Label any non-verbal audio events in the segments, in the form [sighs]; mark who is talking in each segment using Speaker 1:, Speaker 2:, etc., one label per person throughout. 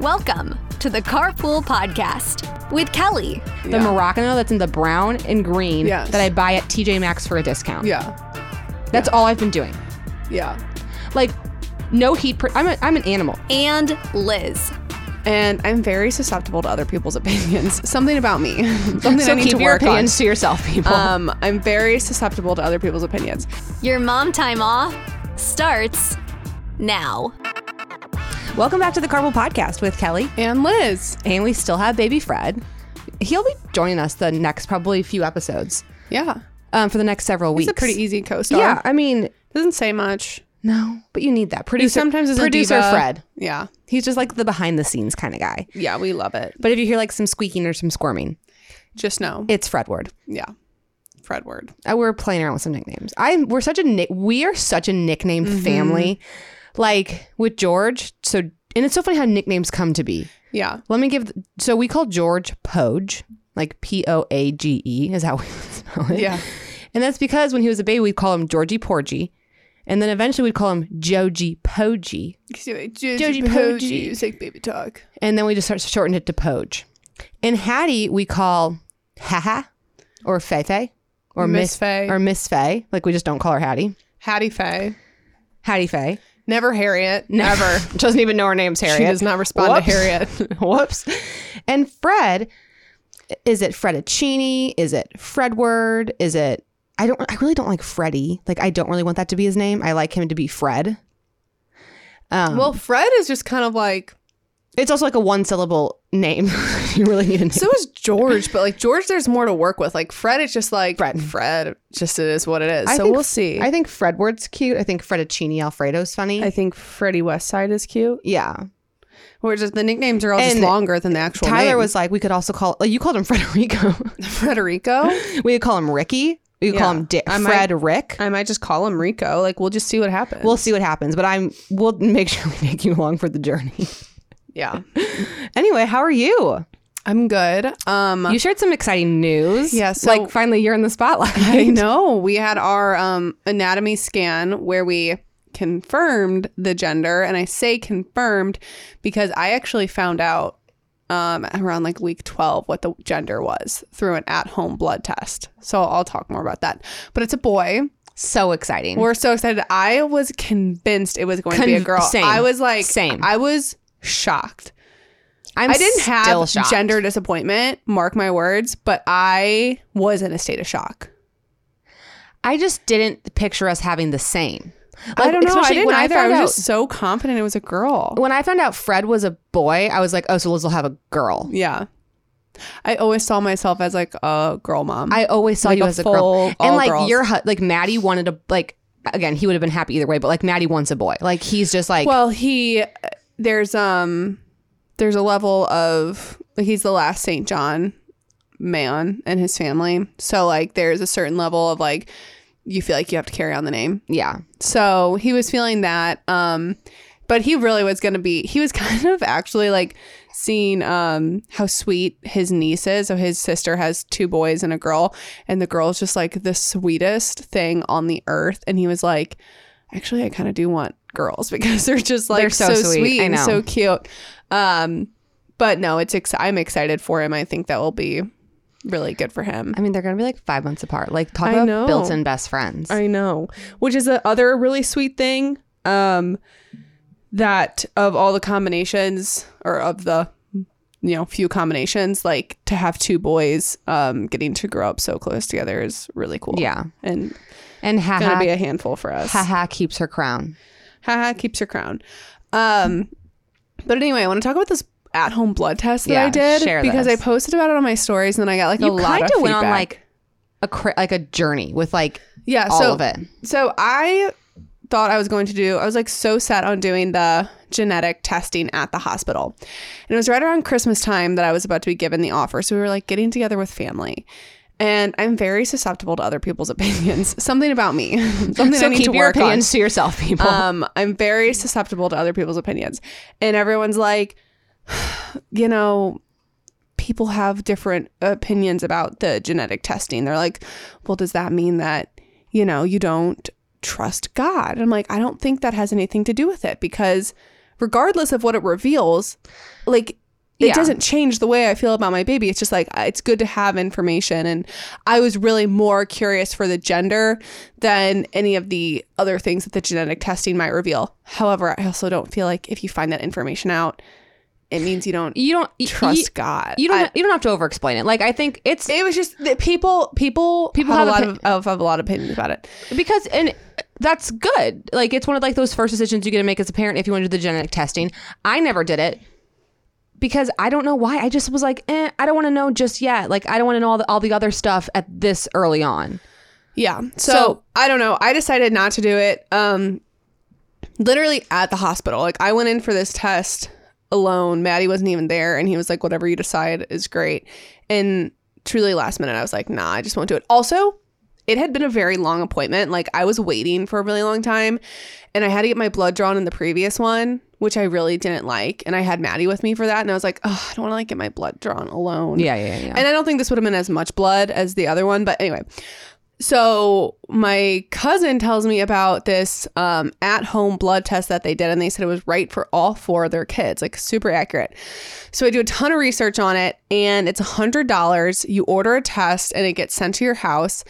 Speaker 1: Welcome to the Carpool Podcast with Kelly.
Speaker 2: the Morocco that's in the brown and green
Speaker 3: Yes.
Speaker 2: that I buy at TJ Maxx for a discount.
Speaker 3: Yeah.
Speaker 2: That's all I've been doing.
Speaker 3: Yeah.
Speaker 2: Like, no heat. Pr- I'm, a, I'm an animal.
Speaker 1: And Liz.
Speaker 3: And I'm very susceptible to
Speaker 2: [laughs]
Speaker 3: other people's opinions. Something about me. Something I
Speaker 2: so
Speaker 3: need
Speaker 2: keep
Speaker 3: to
Speaker 2: your
Speaker 3: work on.
Speaker 2: opinions to yourself, people.
Speaker 3: Um, I'm very susceptible to other people's opinions.
Speaker 1: Your mom time off starts now.
Speaker 2: [laughs] Welcome back to the Carvel Podcast with Kelly.
Speaker 3: And Liz.
Speaker 2: And we still have baby Fred. He'll be joining us the next probably few episodes
Speaker 3: Yeah. Uh,
Speaker 2: um, for the next several weeks.
Speaker 3: He's a pretty easy co-star.
Speaker 2: Yeah, I mean,
Speaker 3: Doesn't say much.
Speaker 2: no, but you need that. Producer,
Speaker 3: He sometimes is
Speaker 2: producer
Speaker 3: a diva.
Speaker 2: Fred.
Speaker 3: Yeah.
Speaker 2: He's just like the behind the scenes kind of guy.
Speaker 3: Yeah, we love it.
Speaker 2: But if you hear like some squeaking or some squirming,
Speaker 3: Just know.
Speaker 2: it's Fred Ward.
Speaker 3: yeah. Fred word.
Speaker 2: Uh, we're playing around with some nicknames. I we're such a nick we are such a nickname family. Like with George, so and it's so funny how nicknames come to be.
Speaker 3: Yeah.
Speaker 2: Let me give so we call George Poge, like P O A G E is how we [laughs] spell it.
Speaker 3: Yeah.
Speaker 2: And that's because when he was a baby we'd call him Georgie Porgy. And then eventually we'd call him Joji Pogi. Joji
Speaker 3: Joji
Speaker 2: Poji.
Speaker 3: Poji. like baby talk.
Speaker 2: And then we just sort of shortened it to Poge. And Hattie we call Haha or Fefe or
Speaker 3: Miss Fay.
Speaker 2: or Miss Fay. Like we just don't call her Hattie.
Speaker 3: Hattie Faye.
Speaker 2: Hattie
Speaker 3: [laughs]
Speaker 2: Fay.
Speaker 3: Never Harriet. [laughs]
Speaker 2: Never. Doesn't even know her name's Harriet.
Speaker 3: She does not respond
Speaker 2: Whoops.
Speaker 3: to Harriet.
Speaker 2: Whoops. And Fred, is it Fredicini? Is it Fredward? Is it? I don't. I really don't like Freddy. Like I don't really want that to be his name. I like him to be Fred. Um,
Speaker 3: well, Fred is just kind of like
Speaker 2: it's also like a one syllable name. [laughs] you really need a name.
Speaker 3: So is George, but like George, there's more to work with. Like Fred is just like
Speaker 2: Fred.
Speaker 3: Fred just it is what it is.
Speaker 2: I
Speaker 3: so
Speaker 2: think-
Speaker 3: we'll see.
Speaker 2: I think Fredward's cute. I think Fettuccine Alfredo's funny.
Speaker 3: I think Freddie Westside is cute.
Speaker 2: yeah.
Speaker 3: Where just the nicknames are all
Speaker 2: And
Speaker 3: just longer than the actual.
Speaker 2: Tyler
Speaker 3: name.
Speaker 2: was like, we could also call. Like, you called him [laughs] Frederico.
Speaker 3: [laughs] Frederico.
Speaker 2: we could call him Ricky. We could call
Speaker 3: Yeah.
Speaker 2: him Dick.
Speaker 3: I might-
Speaker 2: Fred Rick.
Speaker 3: I might just call him Rico. Like we'll just see what happens.
Speaker 2: We'll see what happens, but I'm we'll [laughs] make sure we take you along for the journey. [laughs]
Speaker 3: yeah,
Speaker 2: anyway, how are you?
Speaker 3: I'm good. Um,
Speaker 2: You shared some exciting news.
Speaker 3: Yeah, so-
Speaker 2: like finally you're in the [laughs] spotlight.
Speaker 3: I know we had our um anatomy scan where we confirmed the gender, and I say confirmed because I actually found out um, around like week 12 what the gender was through an at home blood test. So I'll talk more about that. But it's a boy.
Speaker 2: So exciting.
Speaker 3: We're so excited. I was convinced it was going to be a
Speaker 2: Mm. Con-
Speaker 3: girl.
Speaker 2: same.
Speaker 3: I was like,
Speaker 2: Same.
Speaker 3: I was shocked.
Speaker 2: I'm
Speaker 3: I didn't
Speaker 2: still
Speaker 3: have
Speaker 2: shocked.
Speaker 3: gender disappointment, mark my words, but I was in a state of shock.
Speaker 2: I just didn't picture us having the same.
Speaker 3: I
Speaker 2: Like,
Speaker 3: don't know. I
Speaker 2: especially
Speaker 3: didn't
Speaker 2: when
Speaker 3: either. I,
Speaker 2: found
Speaker 3: was
Speaker 2: out-
Speaker 3: just so confident it was a girl.
Speaker 2: when I found out Fred was a boy, I was like, oh, so Liz will have a girl.
Speaker 3: Yeah. I always saw myself as like a girl mom.
Speaker 2: I always saw
Speaker 3: Like
Speaker 2: you
Speaker 3: a
Speaker 2: as a
Speaker 3: full
Speaker 2: girl, and
Speaker 3: all
Speaker 2: like
Speaker 3: girls.
Speaker 2: your hu- like Maddie wanted a like again he would have been happy either way, but like Maddie wants a boy. Like he's just like
Speaker 3: well, he there's um there's a level of he's the last St. John man in his family. So like there's a certain level of like you feel like you have to carry on the name.
Speaker 2: yeah.
Speaker 3: So he was feeling that. Um, but he really was going to be, he was [laughs] kind of actually like seeing um, how sweet his niece is. So his sister has two boys and a girl, and the girl's just like the sweetest thing on the earth. And he was like, actually, I kind of do want girls [laughs] because they're just like
Speaker 2: They're so
Speaker 3: so,
Speaker 2: sweet.
Speaker 3: sweet,
Speaker 2: I
Speaker 3: and
Speaker 2: know.
Speaker 3: so cute. Um, but no, it's ex- I'm excited for him. I think that will be really good for him.
Speaker 2: I mean, they're gonna be like five months apart. Like talk
Speaker 3: I
Speaker 2: about
Speaker 3: know.
Speaker 2: built-in best friends.
Speaker 3: I know, which is the other really sweet thing. Um, that of all the combinations, or of the you know few combinations, like to have two boys um getting to grow up so close together is really cool.
Speaker 2: Yeah.
Speaker 3: and
Speaker 2: and
Speaker 3: gonna be
Speaker 2: haha,
Speaker 3: a handful for us.
Speaker 2: haha keeps her crown.
Speaker 3: Haha, keeps her crown. Um, but anyway, I want to talk about this at-home blood test that
Speaker 2: Yeah,
Speaker 3: I did
Speaker 2: share
Speaker 3: because
Speaker 2: this.
Speaker 3: I posted about it on my stories, and then I got like a
Speaker 2: you
Speaker 3: lot
Speaker 2: kind
Speaker 3: of
Speaker 2: of went on
Speaker 3: feedback.
Speaker 2: like a cri- like a journey with like
Speaker 3: yeah,
Speaker 2: all
Speaker 3: so
Speaker 2: of it.
Speaker 3: So I thought I was going to do, I was like so set on doing the genetic testing at the hospital. And it was right around Christmas time that I was about to be given the offer. So we were like getting together with family. And I'm very susceptible to other people's [laughs] opinions. Something about me. [laughs] Something I
Speaker 2: So
Speaker 3: need
Speaker 2: keep
Speaker 3: to
Speaker 2: your
Speaker 3: work on.
Speaker 2: opinions to yourself, people.
Speaker 3: Um, I'm very susceptible to other people's opinions. And everyone's like, [sighs] you know, people have different opinions about the genetic testing. They're like, well, does that mean that, you know, you don't trust God? I'm like, I don't think that has anything to do with it because regardless of what it reveals, like, it
Speaker 2: Yeah.
Speaker 3: doesn't change the way I feel about my baby. It's just like it's good to have information. And I was really more curious for the gender than any of the other things that the genetic testing might reveal. However, I also don't feel like if you find that information out, it means you don't
Speaker 2: you don't you-
Speaker 3: trust
Speaker 2: you,
Speaker 3: God.
Speaker 2: You don't.
Speaker 3: I-
Speaker 2: ha- you don't have to over explain it. Like I think it's
Speaker 3: it was just that people people
Speaker 2: People
Speaker 3: people have, a
Speaker 2: have
Speaker 3: lot of, of have a lot of opinions about it.
Speaker 2: because and that's good. Like it's one of like those first decisions you get to make as a parent if you want to do the genetic testing. I never did it because I don't know why. I just was like, eh, I don't want to know just yet. Like I don't want to know all the, all the other stuff at this early on.
Speaker 3: Yeah. So,
Speaker 2: So-
Speaker 3: I don't know. I decided not to do it. Um literally at the hospital. Like I went in for this test alone. Maddie wasn't even there and he was like whatever you decide is great. And truly last minute I was like, "Nah, I just won't do it." Also, it had been a very long appointment. Like I was waiting for a really long time and I had to get my blood drawn in the previous one, which I really didn't like. And I had Maddie with me for that and I was like, "Oh, I don't want to like get my blood drawn alone."
Speaker 2: Yeah, yeah, yeah.
Speaker 3: And I don't think this would have been as much blood as the other one, but anyway. So my cousin tells me about this um, at-home blood test that they did, and they said it was right for all four of their kids, like super accurate. So I do a ton of research on it, and it's hundred dollars. You order a test, and it gets sent to your house,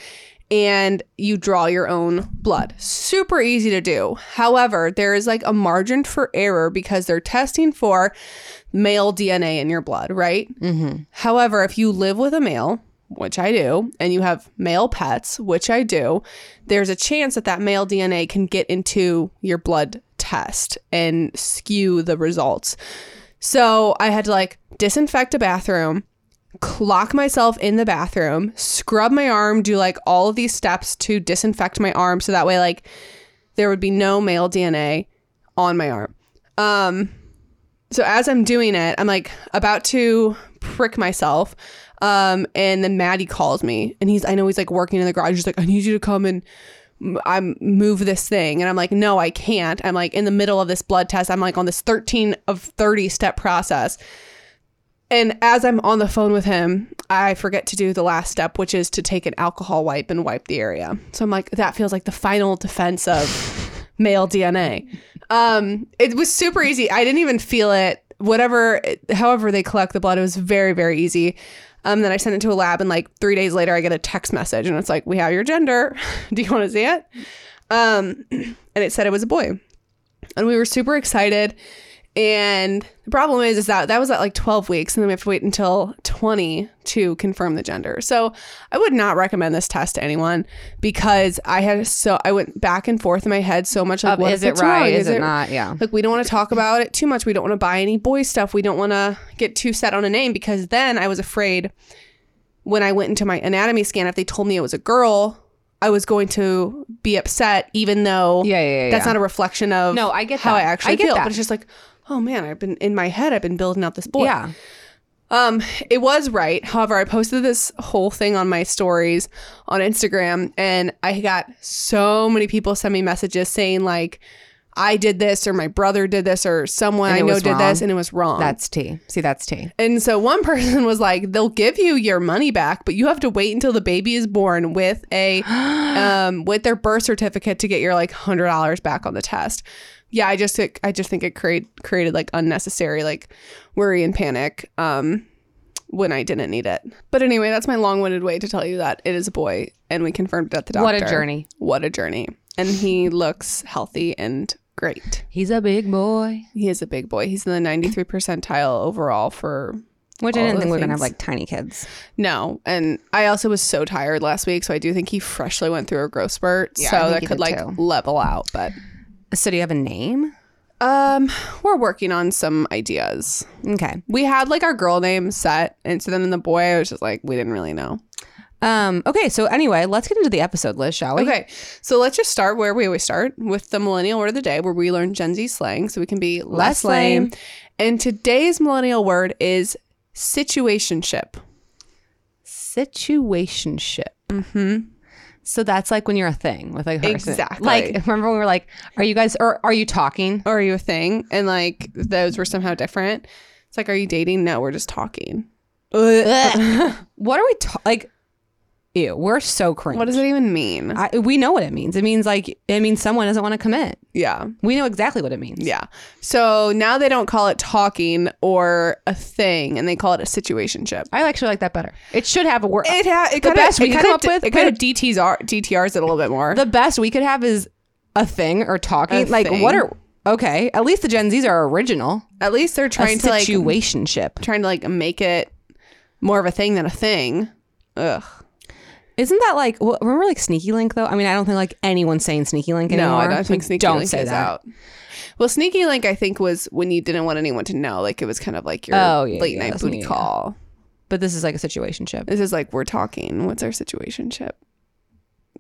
Speaker 3: and you draw your own blood. Super easy to do. However, there is like a margin for error because they're testing for male DNA in your blood, right? However, if you live with a male, which I do, and you have male pets, which I do, there's a chance that that male DNA can get into your blood test and skew the results. So I had to like disinfect a bathroom, clock myself in the bathroom, scrub my arm, do like all of these steps to disinfect my arm so that way, like, there would be no male DNA on my arm. Um, so as I'm doing it, I'm like about to prick myself. Um, and then Maddie calls me and he's, I know he's like working in the garage. He's like, I need you to come and m- I'm move this thing. And I'm like, no, I can't. I'm like in the middle of this blood test. I'm like on this 13 of 30 step process. And as I'm on the phone with him, I forget to do the last step, which is to take an alcohol wipe and wipe the area. So I'm like, that feels like the final defense of [laughs] male DNA. Um, it was super easy. I didn't even feel it. Whatever, however they collect the blood, it was very, very easy. Um, then I sent it to a lab, and like three days later, I get a text message, and it's like, "We have your gender. [laughs] Do you want to see it?" Um, and it said it was a boy and we were super excited and the problem is is that that was at like 12 weeks and then we have to wait until 20 to confirm the gender so i would not recommend this test to anyone because i had so i went back and forth in my head so much like
Speaker 2: Of,
Speaker 3: what
Speaker 2: is
Speaker 3: if
Speaker 2: it
Speaker 3: it's
Speaker 2: right?
Speaker 3: wrong?
Speaker 2: Is it not? Yeah.
Speaker 3: like we don't want to talk about it too much we don't want to buy any boy stuff we don't want to get too set on a name because then i was afraid when I went into my anatomy scan, if they told me it was a girl, I was going to be upset, even though
Speaker 2: Yeah, yeah, yeah,
Speaker 3: that's
Speaker 2: yeah.
Speaker 3: not a reflection of
Speaker 2: No, I get
Speaker 3: how I
Speaker 2: that.
Speaker 3: actually
Speaker 2: I get
Speaker 3: feel.
Speaker 2: that.
Speaker 3: But it's just like, oh man, I've been in my head, I've been building out this boy.
Speaker 2: Yeah.
Speaker 3: Um, it was right. However, I posted this whole thing on my stories on Instagram, and I got so many people send me messages saying like, I did this, or my brother did this, or someone
Speaker 2: And
Speaker 3: I
Speaker 2: it
Speaker 3: know
Speaker 2: was
Speaker 3: did this,
Speaker 2: wrong.
Speaker 3: and it was wrong.
Speaker 2: That's tea. See, that's tea.
Speaker 3: And so one [laughs] person was like, "They'll give you your money back, but you have to wait until the baby is born with
Speaker 2: [gasps]
Speaker 3: a um, with their birth certificate to get your like hundred dollars back on the test." Yeah, I just I just think it create, created like unnecessary like worry and panic um, when I didn't need it. But anyway, that's my long winded way to tell you that it is a boy, and we confirmed it at the doctor.
Speaker 2: What a journey.
Speaker 3: What a journey! And he looks healthy and great.
Speaker 2: He's a big boy.
Speaker 3: He is a big boy. He's in the ninety three percentile overall for
Speaker 2: Which
Speaker 3: All
Speaker 2: I didn't
Speaker 3: the
Speaker 2: think we were gonna have
Speaker 3: things.
Speaker 2: like tiny kids.
Speaker 3: No, and I also was so tired last week, so I do think he freshly went through a growth spurt,
Speaker 2: Yeah, I
Speaker 3: so
Speaker 2: think
Speaker 3: that
Speaker 2: he
Speaker 3: could
Speaker 2: did
Speaker 3: like
Speaker 2: too.
Speaker 3: level out. But
Speaker 2: So do you have a name?
Speaker 3: um, we're working on some ideas.
Speaker 2: Okay.
Speaker 3: We had like our girl name set, and so then the boy, I was just like, we didn't really know.
Speaker 2: Um, okay, so anyway, let's get into the episode, Liz, shall we?
Speaker 3: Okay, so let's just start where we always start with the millennial word of the day, where we learn Gen Z slang so we can be
Speaker 2: Less
Speaker 3: less,
Speaker 2: lame.
Speaker 3: lame. And today's millennial word is situationship.
Speaker 2: Situationship. Mm-hmm. So that's like when you're a thing with like a person.
Speaker 3: Exactly.
Speaker 2: Like remember when we were like, are you guys or are you talking?
Speaker 3: Or are you a thing? And like those were somehow different. It's like, are you dating? No, we're just talking. Uh,
Speaker 2: [laughs]
Speaker 3: [laughs]
Speaker 2: What are we ta- like? Ew, we're so cringe.
Speaker 3: What does it even mean?
Speaker 2: I, we know what it means. It means like it means someone doesn't want to commit.
Speaker 3: yeah.
Speaker 2: We know exactly what it means.
Speaker 3: Yeah. So now they don't call it talking or a thing, and they call it a situationship.
Speaker 2: I actually like that better. It should have a word.
Speaker 3: It ha- it
Speaker 2: the
Speaker 3: kinda-
Speaker 2: best we
Speaker 3: it
Speaker 2: could
Speaker 3: kinda
Speaker 2: come up
Speaker 3: d-
Speaker 2: with. but
Speaker 3: It kind of DTR, DTRs it a little bit more.
Speaker 2: the best we could have is a thing or talking.
Speaker 3: A
Speaker 2: like what
Speaker 3: thing.
Speaker 2: are okay? At least the Gen Zs are original.
Speaker 3: At least they're
Speaker 2: A
Speaker 3: trying to like
Speaker 2: situationship.
Speaker 3: trying to like make it more of a thing than a thing. Ugh.
Speaker 2: Isn't that like wh- remember like Sneaky Link though? I mean, I don't think like anyone's saying Sneaky Link anymore.
Speaker 3: No, I don't
Speaker 2: Like,
Speaker 3: think sneaky
Speaker 2: don't
Speaker 3: link
Speaker 2: say
Speaker 3: is
Speaker 2: that.
Speaker 3: out. Well, sneaky link I think was when you didn't want anyone to know. Like it was kind of like your
Speaker 2: Oh, yeah,
Speaker 3: late
Speaker 2: yeah,
Speaker 3: night
Speaker 2: that's
Speaker 3: booty
Speaker 2: when you-
Speaker 3: call.
Speaker 2: But this is like a situationship.
Speaker 3: This is like we're talking. What's our situationship?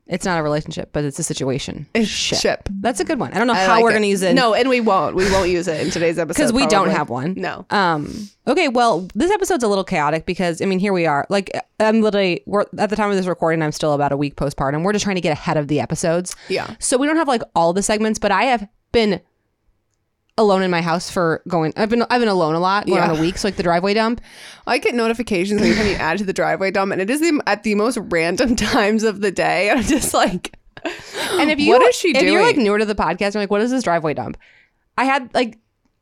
Speaker 2: It's not a relationship, but it's a situation.
Speaker 3: Ship.
Speaker 2: That's a good one. I don't know
Speaker 3: I
Speaker 2: how
Speaker 3: like
Speaker 2: we're gonna use it.
Speaker 3: No, and we won't. We won't use it in [laughs] today's episode
Speaker 2: because we don't
Speaker 3: probably.
Speaker 2: have one.
Speaker 3: No.
Speaker 2: Um. Okay. Well, this episode's a little chaotic because I mean, here we are. Like, I'm literally we're at the time of this recording. I'm still about a week postpartum. We're just trying to get ahead of the episodes.
Speaker 3: Yeah.
Speaker 2: So we don't have like all the segments, but I have been alone in my house for going. I've been I've been alone a lot going on
Speaker 3: Yeah.
Speaker 2: a week. So like the driveway dump.
Speaker 3: I get notifications every time you add to the driveway dump, and it is the, at the most random [laughs] times of the day. I'm just [gasps] like,
Speaker 2: And if you
Speaker 3: What is she
Speaker 2: if you're like
Speaker 3: doing?
Speaker 2: newer to the podcast, you're like, what is this driveway dump? I had like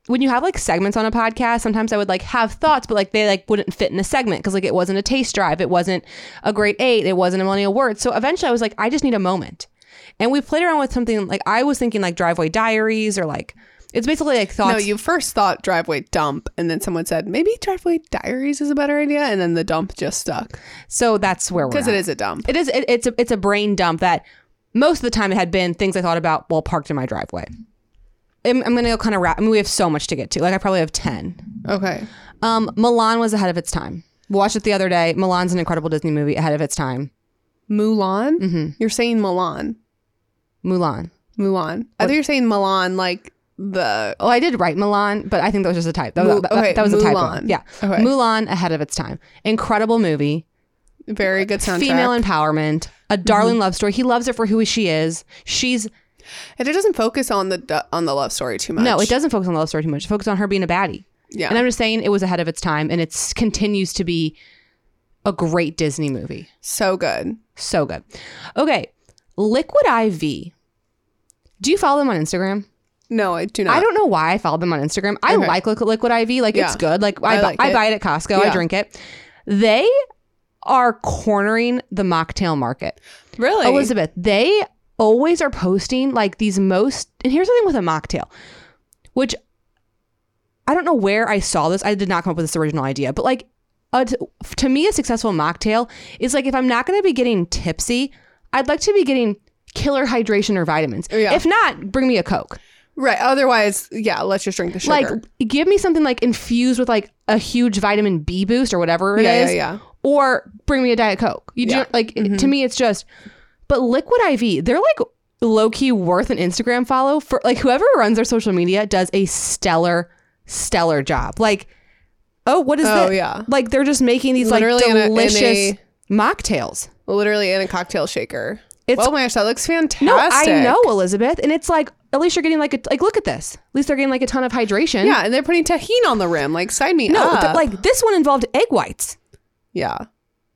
Speaker 2: when you have like segments on a podcast, sometimes I would like have thoughts, but like they like wouldn't fit in a segment because like it wasn't a taste drive, it wasn't a great eight, it wasn't a millennial word. So eventually I was like, I just need a moment. And we played around with something like I was thinking like driveway diaries or like it's basically like thoughts.
Speaker 3: no, you first thought driveway dump, and then someone said maybe driveway diaries is a better idea, and then the dump just stuck
Speaker 2: so that's where we're
Speaker 3: because
Speaker 2: at.
Speaker 3: it is a dump.
Speaker 2: It is. It, it's a it's a brain dump that most of the time it had been things I thought about while parked in my driveway. I'm, I'm gonna go kind of wrap. I mean, we have so much to get to. Like I probably have ten.
Speaker 3: Okay,
Speaker 2: Um, Milan was ahead of its time. Watched it the other day. Milan's an incredible Disney movie ahead of its time.
Speaker 3: Mulan. You're saying Milan,
Speaker 2: Mulan.
Speaker 3: Mulan. I thought you're saying Milan like the
Speaker 2: Oh, I did write Milan, but I think that was just a type. That,
Speaker 3: Mu-
Speaker 2: that- that-
Speaker 3: okay,
Speaker 2: that was a typo.
Speaker 3: Mulan.
Speaker 2: Yeah,
Speaker 3: Okay.
Speaker 2: Mulan ahead of its time. Incredible movie.
Speaker 3: very good soundtrack.
Speaker 2: Female
Speaker 3: Mm-hmm.
Speaker 2: empowerment. A darling love story. He loves her for who she is. She's
Speaker 3: and it doesn't focus on the du- on the love story too much.
Speaker 2: No, it doesn't focus on the love story too much. It focuses on her being a baddie.
Speaker 3: Yeah.
Speaker 2: And I'm just saying it was ahead of its time and it continues to be a great Disney movie.
Speaker 3: So good.
Speaker 2: So good. Okay. Liquid IV. Do you follow them on Instagram?
Speaker 3: No, I do not.
Speaker 2: I don't know why I follow them on Instagram. I
Speaker 3: Okay.
Speaker 2: like Liquid, Liquid IV. Like it's
Speaker 3: Yeah.
Speaker 2: good. Like I,
Speaker 3: I
Speaker 2: bu-
Speaker 3: like
Speaker 2: I
Speaker 3: it.
Speaker 2: buy it at Costco. I
Speaker 3: Yeah.
Speaker 2: drink it. They are cornering the mocktail market.
Speaker 3: really.
Speaker 2: Elizabeth, they always are posting like these most. And here's the thing with a mocktail, which I don't know where I saw this. I did not come up with this original idea, but like a, to me, a successful mocktail is like if I'm not going to be getting tipsy, I'd like to be getting killer hydration or vitamins.
Speaker 3: Yeah.
Speaker 2: If not, bring me a Coke.
Speaker 3: right. Otherwise, yeah. Let's just drink the sugar.
Speaker 2: Like, give me something like infused with like a huge vitamin B boost or whatever it is,
Speaker 3: Yeah, yeah, yeah.
Speaker 2: Or bring me a diet coke. You
Speaker 3: Yeah. Mm-hmm.
Speaker 2: ju- like to me, it's just. But Liquid IV, they're like low key worth an Instagram follow for like whoever runs their social media does a stellar, stellar job. Like, oh, what is
Speaker 3: Oh,
Speaker 2: that?
Speaker 3: yeah.
Speaker 2: Like they're just making these
Speaker 3: Literally in
Speaker 2: like
Speaker 3: a- in
Speaker 2: delicious
Speaker 3: a-
Speaker 2: mocktails.
Speaker 3: literally in a cocktail shaker.
Speaker 2: It's-
Speaker 3: oh my gosh, that looks fantastic.
Speaker 2: No, I know Elizabeth, and it's like at least you're getting like a, like look at this. At least they're getting like a ton of hydration.
Speaker 3: Yeah, and they're putting tahini on the rim. Like, sign me
Speaker 2: No,
Speaker 3: up.
Speaker 2: th- like this one involved egg whites.
Speaker 3: yeah,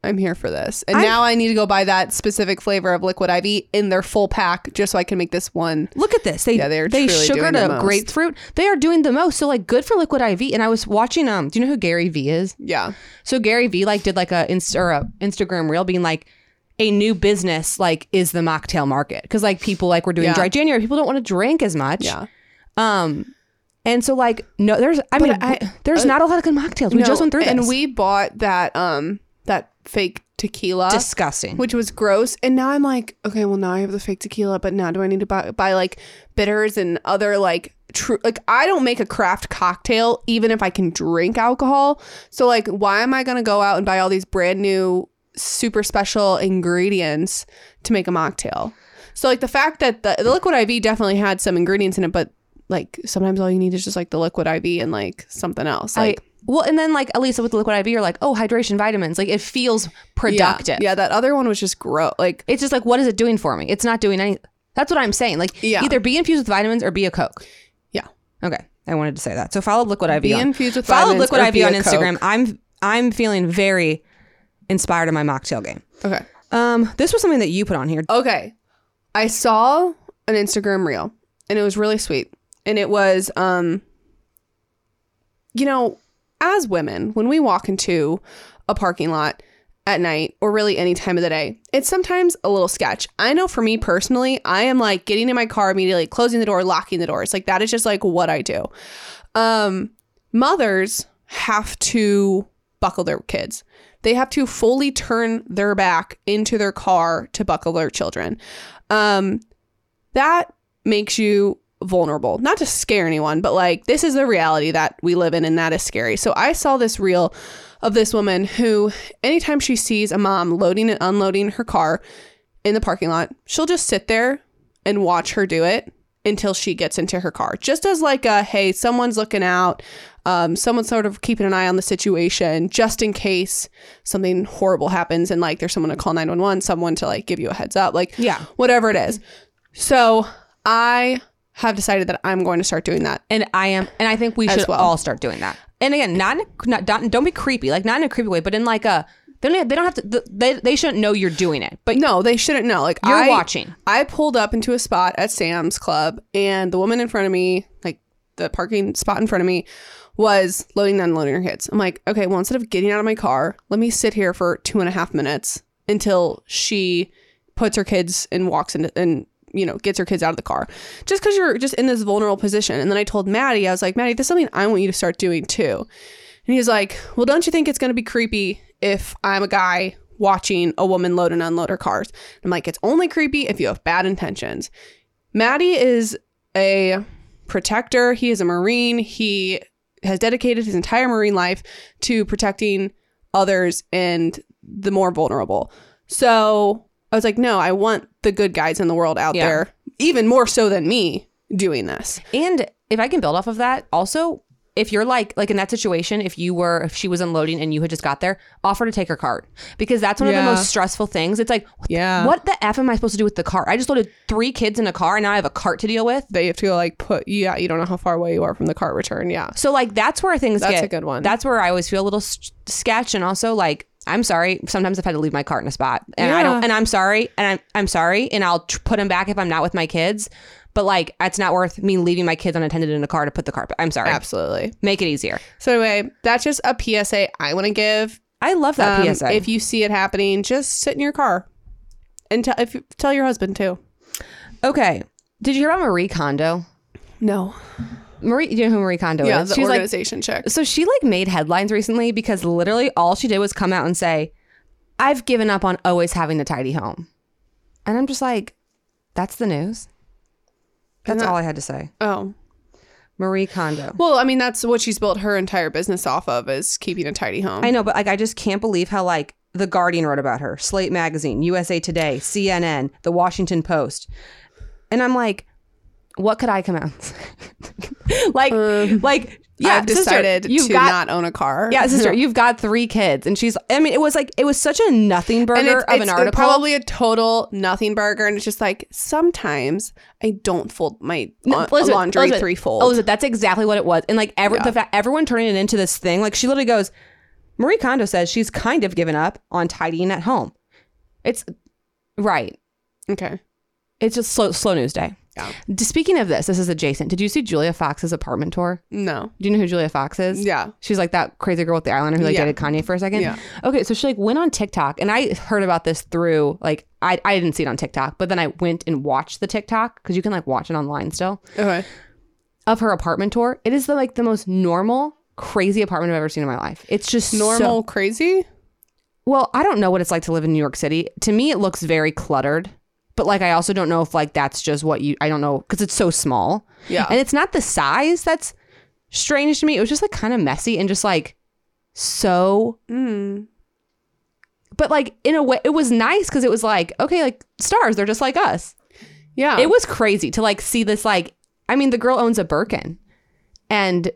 Speaker 3: I'm here for this. And now I need to go buy that specific flavor of liquid IV in their full pack just so I can make this one.
Speaker 2: Look at this. They
Speaker 3: Yeah,
Speaker 2: they
Speaker 3: they're truly doing
Speaker 2: sugared
Speaker 3: the
Speaker 2: a
Speaker 3: most.
Speaker 2: grapefruit. They are doing the most. So like good for liquid IV. And I was watching um. Do you know who Gary V is?
Speaker 3: Yeah,
Speaker 2: So Gary V like did like a inst- or a Instagram reel being like a new business like is the mocktail market because like people like we're doing
Speaker 3: Yeah.
Speaker 2: dry January. People don't want to drink as much.
Speaker 3: yeah.
Speaker 2: Um. And so like no, there's I mean
Speaker 3: I- uh,
Speaker 2: w- there's not a lot of good mocktails. We
Speaker 3: No,
Speaker 2: just went through this.
Speaker 3: and we bought that um that fake tequila.
Speaker 2: disgusting.
Speaker 3: which was gross. And now I'm like, okay, well now I have the fake tequila, but now do I need to buy, buy like bitters and other like true like I don't make a craft cocktail even if I can drink alcohol. So like why am I going to go out and buy all these brand new super special ingredients to make a mocktail. So like the fact that the, the liquid IV definitely had some ingredients in it, but like sometimes all you need is just like the liquid IV and like something else. Like
Speaker 2: I, well, and then like at least with liquid IV, you're like, oh, hydration, vitamins. Like it feels productive.
Speaker 3: Yeah, yeah, that other one was just gross. Like
Speaker 2: It's just like, what is it doing for me? It's not doing any. That's what I'm saying. Like
Speaker 3: Yeah.
Speaker 2: either be infused with vitamins or be a Coke.
Speaker 3: yeah,
Speaker 2: Okay, I wanted to say that. So follow Liquid IV.
Speaker 3: Be
Speaker 2: on-
Speaker 3: infused with
Speaker 2: follow
Speaker 3: vitamins
Speaker 2: Liquid
Speaker 3: or
Speaker 2: IV
Speaker 3: be
Speaker 2: on
Speaker 3: a
Speaker 2: Instagram. I'm I'm feeling very inspired in my mocktail game.
Speaker 3: okay,
Speaker 2: Um, this was something that you put on here.
Speaker 3: okay. I saw an Instagram reel and it was really sweet, and it was um, you know, as women when we walk into a parking lot at night or really any time of the day, it's sometimes a little sketch. I know for me personally, I am like getting in my car immediately, closing the door, locking the doors. Like that is just like what I do. um, mothers have to buckle their kids. They have to fully turn their back into their car to buckle their children. Um, that makes you vulnerable. Not to scare anyone, but like this is the reality that we live in, and that is scary. So I saw this reel of this woman who, anytime she sees a mom loading and unloading her car in the parking lot, she'll just sit there and watch her do it until she gets into her car, just as like a hey, someone's looking out. Um, someone's sort of keeping an eye on the situation just in case something horrible happens and like there's someone to call 911, someone to like give you a heads up, like
Speaker 2: Yeah.
Speaker 3: whatever it is. So I have decided that I'm going to start doing that.
Speaker 2: And I am, and I think we
Speaker 3: As
Speaker 2: should
Speaker 3: well.
Speaker 2: all start doing that. And again, not, in a, not don't, don't be creepy, like not in a creepy way, but in like a they don't they don't have to they they shouldn't know you're doing it. But
Speaker 3: No, they shouldn't know. Like
Speaker 2: You're
Speaker 3: I,
Speaker 2: watching.
Speaker 3: I pulled up into a spot at Sam's Club, and the woman in front of me, like the parking spot in front of me, was loading and unloading her kids. I'm like, okay, well, instead of getting out of my car, let me sit here for two and a half minutes until she puts her kids and walks into and you know gets her kids out of the car just because you're just in this vulnerable position and then i told maddie i was like maddie this is something i want you to start doing too and he's like, Well, don't you think it's going to be creepy if I'm a guy watching a woman load and unload her cars? I'm like, It's only creepy if you have bad intentions. Maddie is a protector, he is a Marine. He has dedicated his entire Marine life to protecting others and the more vulnerable. So I was like, No, I want the good guys in the world out
Speaker 2: Yeah.
Speaker 3: there, even more so than me doing this.
Speaker 2: And if I can build off of that, also, if you're like like in that situation, if you were if she was unloading and you had just got there, offer to take her cart because that's one of
Speaker 3: Yeah.
Speaker 2: the most stressful things. It's like, what
Speaker 3: Yeah.
Speaker 2: the, what the f am I supposed to do with the cart? I just loaded three kids in a car and now I have a cart to deal with.
Speaker 3: They have to like put, yeah, you don't know how far away you are from the cart return. Yeah.
Speaker 2: So like that's where things
Speaker 3: That's
Speaker 2: get
Speaker 3: a good one.
Speaker 2: That's where I always feel a little s sketch and also like I'm sorry. Sometimes I've had to leave my cart in a spot and I
Speaker 3: Yeah.
Speaker 2: don't and I'm sorry and I'm I'm sorry and I'll tr- put them back if I'm not with my kids. But like it's not worth me leaving my kids unattended in a car to put the cart. I'm sorry.
Speaker 3: Absolutely.
Speaker 2: Make it easier.
Speaker 3: So anyway, that's just a PSA I want to give.
Speaker 2: I love that
Speaker 3: Um,
Speaker 2: PSA.
Speaker 3: If you see it happening, just sit in your car and tell if tell your husband too.
Speaker 2: okay. Did you hear about Marie Kondo?
Speaker 3: No,
Speaker 2: Marie, you know who Marie Kondo
Speaker 3: yeah,
Speaker 2: is?
Speaker 3: the
Speaker 2: She's like,
Speaker 3: organization check.
Speaker 2: so she like made headlines recently because literally all she did was come out and say, "I've given up on always having a tidy home," and I'm just like, that's the news. That's all I had to say.
Speaker 3: Oh,
Speaker 2: Marie Kondo.
Speaker 3: well, I mean that's what she's built her entire business off of is keeping a tidy home.
Speaker 2: I know, but like, I just can't believe how like the Guardian wrote about her, Slate Magazine, USA Today, CNN, The Washington Post, and I'm like, what could I come out? and say? [laughs] like, like, yeah,
Speaker 3: Um, I've
Speaker 2: sister,
Speaker 3: decided
Speaker 2: you've
Speaker 3: to
Speaker 2: got.
Speaker 3: not own a car.
Speaker 2: yeah, sister,
Speaker 3: [laughs]
Speaker 2: you've got three kids, and she's. I mean, it was like it was such a nothing burger
Speaker 3: And it's,
Speaker 2: of
Speaker 3: it's
Speaker 2: an article.
Speaker 3: probably a total nothing burger, and it's just like sometimes I don't fold my
Speaker 2: No,
Speaker 3: la-
Speaker 2: Elizabeth,
Speaker 3: laundry
Speaker 2: Elizabeth,
Speaker 3: threefold.
Speaker 2: Elizabeth, that's exactly what it was, and like every, the fact everyone turning it into this thing. Like she literally goes, Marie Kondo says she's kind of given up on tidying at home. It's right.
Speaker 3: okay,
Speaker 2: It's just slow, slow news day.
Speaker 3: Yeah.
Speaker 2: D- Speaking of this, this is adjacent. Did you see Julia Fox's apartment tour?
Speaker 3: no,
Speaker 2: Do you know who Julia Fox is?
Speaker 3: Yeah.
Speaker 2: She's like that crazy girl with the eyeliner who like
Speaker 3: Yeah.
Speaker 2: dated Kanye for a second.
Speaker 3: Yeah.
Speaker 2: Okay, so she like went on TikTok and I heard about this through like I, I didn't see it on TikTok, but then I went and watched the TikTok because you can like watch it online still
Speaker 3: okay,
Speaker 2: of her apartment tour. It is the like the most normal, crazy apartment I've ever seen in my life. It's just so-
Speaker 3: normal crazy.
Speaker 2: well, I don't know what it's like to live in New York City. To me, it looks very cluttered. But like, I also don't know if like that's just what you. I don't know because it's so small.
Speaker 3: Yeah.
Speaker 2: and it's not the size that's strange
Speaker 3: Mm.
Speaker 2: to me. It was just like kind of messy and just like so but like in a way, it was nice because it was like, okay, like stars, they're just like us.
Speaker 3: Yeah.
Speaker 2: It was crazy to like see this like I mean, the girl owns a Birkin and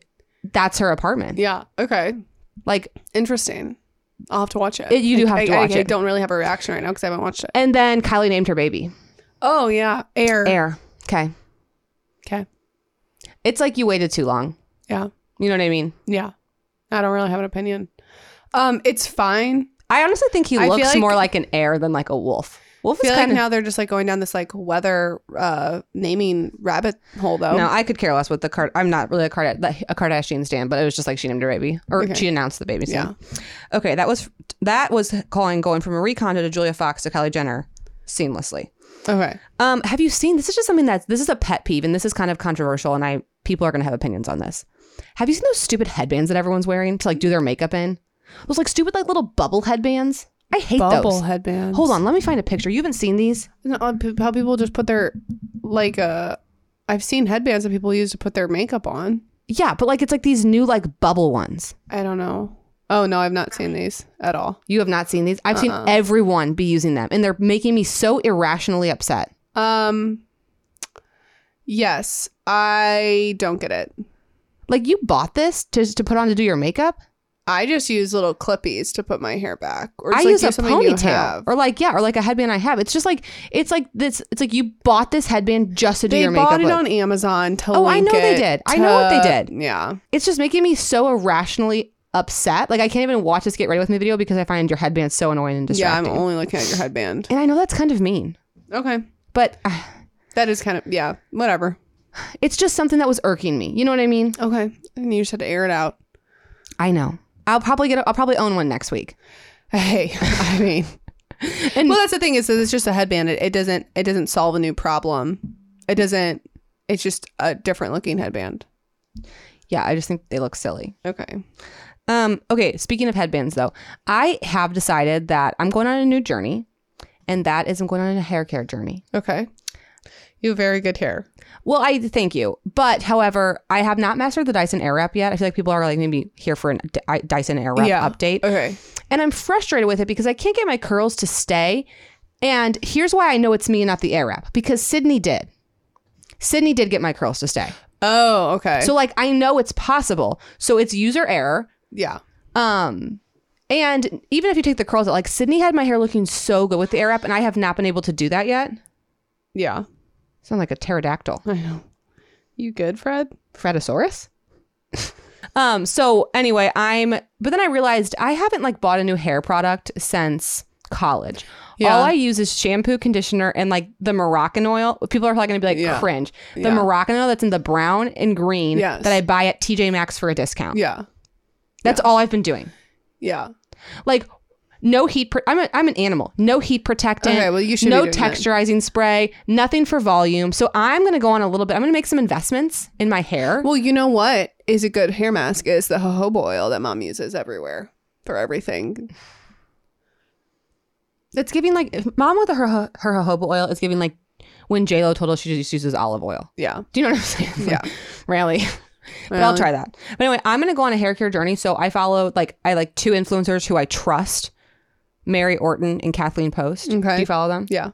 Speaker 2: that's her apartment.
Speaker 3: yeah. Okay.
Speaker 2: Like
Speaker 3: Interesting. I'll have to watch it.
Speaker 2: It- you do
Speaker 3: I-
Speaker 2: have to
Speaker 3: I-
Speaker 2: watch
Speaker 3: I,
Speaker 2: it.
Speaker 3: don't really have a reaction right now because I haven't watched it.
Speaker 2: and then Kylie named her baby
Speaker 3: Oh yeah, air.
Speaker 2: Air. Okay.
Speaker 3: Okay.
Speaker 2: It's like you waited too long.
Speaker 3: Yeah.
Speaker 2: You know what I mean?
Speaker 3: Yeah. I don't really have an opinion. Um, it's fine.
Speaker 2: I honestly think he
Speaker 3: I feel
Speaker 2: looks
Speaker 3: like-
Speaker 2: more like an air than like a wolf. Wolf
Speaker 3: I
Speaker 2: is
Speaker 3: feel like
Speaker 2: kind of
Speaker 3: now they're just like going down this like weather uh naming rabbit hole though.
Speaker 2: no, I could care less what the card. I'm not really a card a Kardashian stan, but it was just like she named her baby, or
Speaker 3: Okay.
Speaker 2: she announced the baby. soon.
Speaker 3: Yeah.
Speaker 2: Okay, that was that was calling going from Marie Kondo to Julia Fox to Kylie Jenner, seamlessly.
Speaker 3: Okay.
Speaker 2: Um, have you seen this? Is just something that's this is a pet peeve, and this is kind of controversial, and I people are gonna have opinions on this. Have you seen those stupid headbands that everyone's wearing to like do their makeup in? Those like stupid like little bubble headbands. I hate
Speaker 3: Bubble
Speaker 2: those.
Speaker 3: headbands.
Speaker 2: Hold on, let me find a picture. You haven't seen these?
Speaker 3: No, uh, pe- how people just put their like uh I've seen headbands that people use to put their makeup on.
Speaker 2: Yeah, but like it's like these new like bubble ones.
Speaker 3: I don't know. Oh no, I've not seen these at all.
Speaker 2: You have not seen these. I've seen everyone be using them, and they're making me so irrationally upset.
Speaker 3: Um Yes, I don't get it.
Speaker 2: Like you bought this to to put on to do your makeup.
Speaker 3: I just use little clippies to put my hair back. Or
Speaker 2: I
Speaker 3: just, like,
Speaker 2: use a
Speaker 3: something you
Speaker 2: ponytail,
Speaker 3: have.
Speaker 2: or like yeah, or like a headband I have. It's just like it's like this. It's like you bought this headband just to do
Speaker 3: They
Speaker 2: your makeup.
Speaker 3: bought it
Speaker 2: look.
Speaker 3: on E- Amazon to
Speaker 2: Oh, I
Speaker 3: link
Speaker 2: know they
Speaker 3: it
Speaker 2: did. I know what they
Speaker 3: to-
Speaker 2: did.
Speaker 3: Yeah.
Speaker 2: It's just making me so irrationally upset. Like I can't even watch this get ready with me video because I find your headband so annoying and
Speaker 3: Yeah, I'm
Speaker 2: distracting.
Speaker 3: only looking at your headband.
Speaker 2: and I know that's kind of mean,
Speaker 3: Okay.
Speaker 2: but [sighs] uh,
Speaker 3: That is kind of yeah, whatever.
Speaker 2: it's just something that was irking me. You know what I mean?
Speaker 3: Okay. And you just had to air it out. [laughs]
Speaker 2: I know. I'll probably get. A, I'll probably own one next week.
Speaker 3: Hey, I [laughs] mean,
Speaker 2: And-
Speaker 3: well, that's the thing is that it's just a headband. It, it doesn't it doesn't solve a new problem. It doesn't. It's just a different looking headband.
Speaker 2: Yeah, I just think they look silly.
Speaker 3: Okay.
Speaker 2: Um, okay, speaking of headbands though, I have decided that I'm going on a new journey, and that is I'm going on a hair care journey.
Speaker 3: Okay. You have very good hair.
Speaker 2: Well, I thank you, but however, I have not mastered the Dyson Airwrap yet. I feel like people are like maybe here for an D- Dyson Airwrap update,
Speaker 3: Okay.
Speaker 2: and I'm frustrated with it because I can't get my curls to stay. And here's why I know it's me and not the Airwrap because Sydney did. Sydney did get my curls to stay.
Speaker 3: Oh, okay.
Speaker 2: So like I know it's possible. So it's user error.
Speaker 3: yeah.
Speaker 2: Um, and even if you take the curls out, like Sydney had my hair looking so good with the air up, and I have not been able to do that yet.
Speaker 3: Yeah.
Speaker 2: Sound like a pterodactyl,
Speaker 3: I know. You good, Fred?
Speaker 2: Fratosaurus. um. So anyway, I'm. But then I realized I haven't like bought a new hair product since college.
Speaker 3: Yeah.
Speaker 2: All I use is shampoo, conditioner, and like the Moroccan oil. People are probably gonna be like
Speaker 3: Yeah.
Speaker 2: cringe. The
Speaker 3: Yeah.
Speaker 2: Moroccan oil that's in the brown and green
Speaker 3: Yes.
Speaker 2: that I buy at TJ Maxx for a discount.
Speaker 3: Yeah.
Speaker 2: That's all I've been doing.
Speaker 3: Yeah.
Speaker 2: like no heat pro- I'm, a, I'm an animal no heat protectant
Speaker 3: Okay, well, you should be
Speaker 2: no
Speaker 3: doing that.
Speaker 2: texturizing spray nothing for volume so i'm going to go on a little bit i'm going to make some investments in my hair
Speaker 3: Well, you know what is a good hair mask is the jojoba oil that mom uses everywhere for everything.
Speaker 2: it's giving like if mom with her her jojoba oil is giving like when j-lo told us she just uses olive oil [laughs]
Speaker 3: Yeah.
Speaker 2: do you know what i'm saying
Speaker 3: [laughs] Yeah.
Speaker 2: really [laughs] but i'll try that but anyway i'm going to go on a hair care journey so i follow like i like two influencers who i trust mary orton and kathleen post
Speaker 3: Okay.
Speaker 2: do you follow them
Speaker 3: Yeah.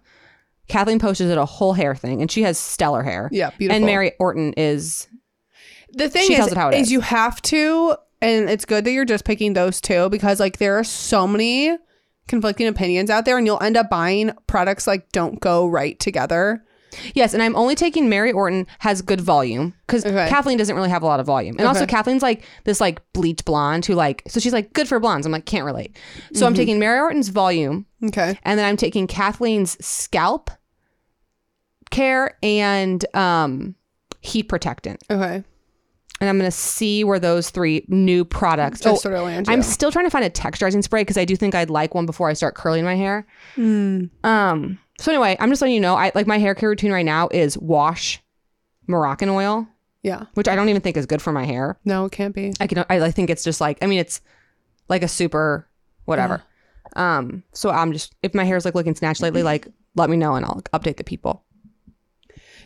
Speaker 2: kathleen post is at a whole hair thing and she has stellar hair
Speaker 3: Yeah, beautiful.
Speaker 2: and mary orton is
Speaker 3: the thing
Speaker 2: She
Speaker 3: is,
Speaker 2: tells it how it
Speaker 3: is
Speaker 2: is.
Speaker 3: you have to and it's good that you're just picking those two because like there are so many conflicting opinions out there and you'll end up buying products like don't go right together
Speaker 2: Yes, and I'm only taking Mary Orton has good volume because
Speaker 3: Okay.
Speaker 2: Kathleen doesn't really have a lot of volume, and also
Speaker 3: Okay.
Speaker 2: Kathleen's like this like bleach blonde who like so she's like good for blondes. I'm like can't relate, so
Speaker 3: Mm-hmm.
Speaker 2: I'm taking Mary Orton's volume,
Speaker 3: okay
Speaker 2: and then I'm taking Kathleen's scalp care and um heat protectant,
Speaker 3: okay
Speaker 2: and I'm gonna see where those three new products. oh,
Speaker 3: Just sort of land
Speaker 2: I'm
Speaker 3: you.
Speaker 2: still trying to find a texturizing spray because I do think I'd like one before I start curling my hair. Um. So anyway, I'm just letting you know. I like my hair care routine right now is wash Moroccan oil,
Speaker 3: yeah
Speaker 2: which I don't even think is good for my hair.
Speaker 3: no it can't be
Speaker 2: I can. I like, think it's just like. I mean, it's like a super whatever. Um. So I'm just if my hair's like looking snatched lately, like let me know and I'll update the people.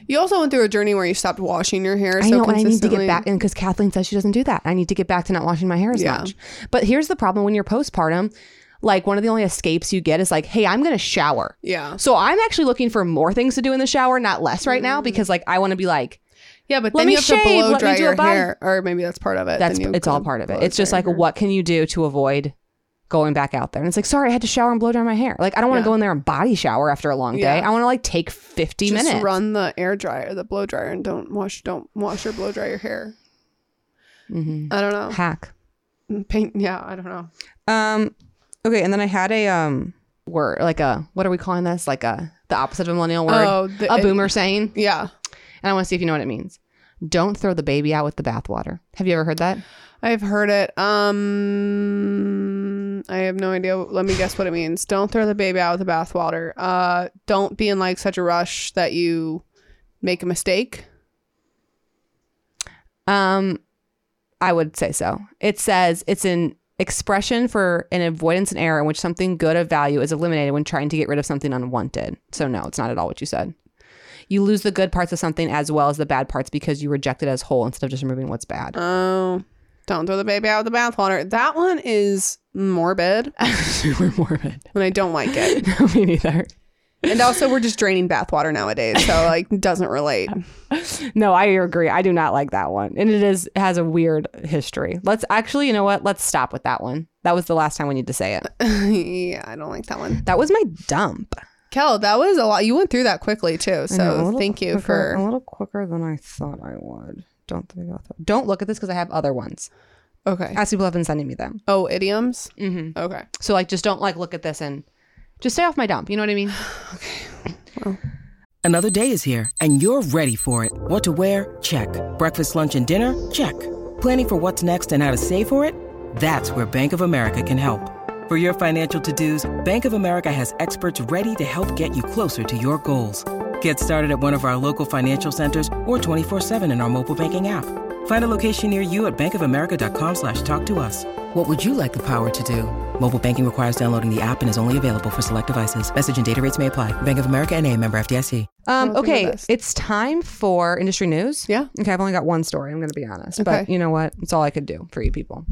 Speaker 3: you also went through a journey where you stopped washing your hair
Speaker 2: I
Speaker 3: so
Speaker 2: know, and I need to get
Speaker 3: consistently
Speaker 2: back in because Kathleen says she doesn't do that. I need to get back to not washing my hair as
Speaker 3: Yeah.
Speaker 2: much. But here's the problem: when you're postpartum, like one of the only escapes you get is like, hey, I'm gonna shower.
Speaker 3: Yeah.
Speaker 2: So I'm actually looking for more things to do in the shower, not less right
Speaker 3: Mm.
Speaker 2: now, because like I want to be like
Speaker 3: Yeah, but
Speaker 2: Let
Speaker 3: then
Speaker 2: me
Speaker 3: you have
Speaker 2: shave,
Speaker 3: to blow
Speaker 2: let me
Speaker 3: dry
Speaker 2: do a
Speaker 3: your
Speaker 2: body-
Speaker 3: hair, or maybe that's part of it.
Speaker 2: that's
Speaker 3: Then you
Speaker 2: it's all
Speaker 3: could
Speaker 2: part of it.
Speaker 3: blow
Speaker 2: It's just
Speaker 3: dry
Speaker 2: like
Speaker 3: your hair.
Speaker 2: what can you do to avoid going back out there? And it's like, sorry, I had to shower and blow dry my hair. Like I don't want to
Speaker 3: Yeah.
Speaker 2: go in there and body shower after a long day.
Speaker 3: Yeah.
Speaker 2: I want to like take 50
Speaker 3: just
Speaker 2: minutes.
Speaker 3: run the air dryer, the blow dryer, and don't wash don't wash or blow dry your hair.
Speaker 2: Mhm.
Speaker 3: I don't
Speaker 2: Hack.
Speaker 3: know. [laughs] Paint. Yeah, I don't know.
Speaker 2: Um okay, and then I had a um word like a what are we calling this? Like a the opposite of a millennial word.
Speaker 3: Oh, the-
Speaker 2: a boomer saying.
Speaker 3: Yeah,
Speaker 2: And I want to see if you know what it means. Don't throw the baby out with the bathwater. Have you ever heard that?
Speaker 3: I've heard it. Um, I have no idea. Let me guess what it means. Don't throw the baby out with the bathwater. Uh, don't be in like such a rush that you make a mistake.
Speaker 2: Um, I would say so. It says it's an expression for an avoidance and error in which something good of value is eliminated when trying to get rid of something unwanted. So no, it's not at all what you said. You lose the good parts of something as well as the bad parts because you reject it as whole instead of just removing what's bad.
Speaker 3: [laughs] Oh, don't throw the baby out with the bathwater. That one is morbid,
Speaker 2: Super morbid.
Speaker 3: and I don't like it.
Speaker 2: [laughs] No, [laughs] me neither.
Speaker 3: And also, we're just draining bathwater nowadays, so like [laughs] doesn't relate.
Speaker 2: No, I agree. I do not like that one, and it is it has a weird history. Let's actually, you know what? Let's stop with that one. That was the last time we need to say it.
Speaker 3: yeah, I don't like that one.
Speaker 2: That was my dump.
Speaker 3: Kel, that was a lot. You went through that quickly too.
Speaker 2: I know, a
Speaker 3: So
Speaker 2: little
Speaker 3: thank you
Speaker 2: quicker- a
Speaker 3: for.
Speaker 2: little quicker than I thought I would. Don't think about that. Don't look at this because I have other ones.
Speaker 3: Okay.
Speaker 2: As people have been sending me them.
Speaker 3: Oh, idioms.
Speaker 2: Mhm.
Speaker 3: Okay.
Speaker 2: So like, just don't like look at this and just stay off my dump. You know what I mean?
Speaker 4: Another day is here, and you're ready for it. What to wear? Check. Breakfast, lunch, and dinner? Check. Planning for what's next and how to save for it? That's where Bank of America can help. For your financial to dos, Bank of America has experts ready to help get you closer to your goals. Get started at one of our local financial centers or 24-7 in our mobile banking app. Find a location near you at bankofamerica.com slash talk to us. What would you like the power to do? Mobile banking requires downloading the app and is only available for select devices. Message and data rates may apply. Bank of America and a member FDIC.
Speaker 2: Um,
Speaker 3: I'll do my
Speaker 2: okay,
Speaker 3: best.
Speaker 2: it's time for industry news.
Speaker 3: Yeah.
Speaker 2: Okay, I've only got one story. I'm going to be honest, but
Speaker 3: Okay.
Speaker 2: you know what? It's all I could do for you people.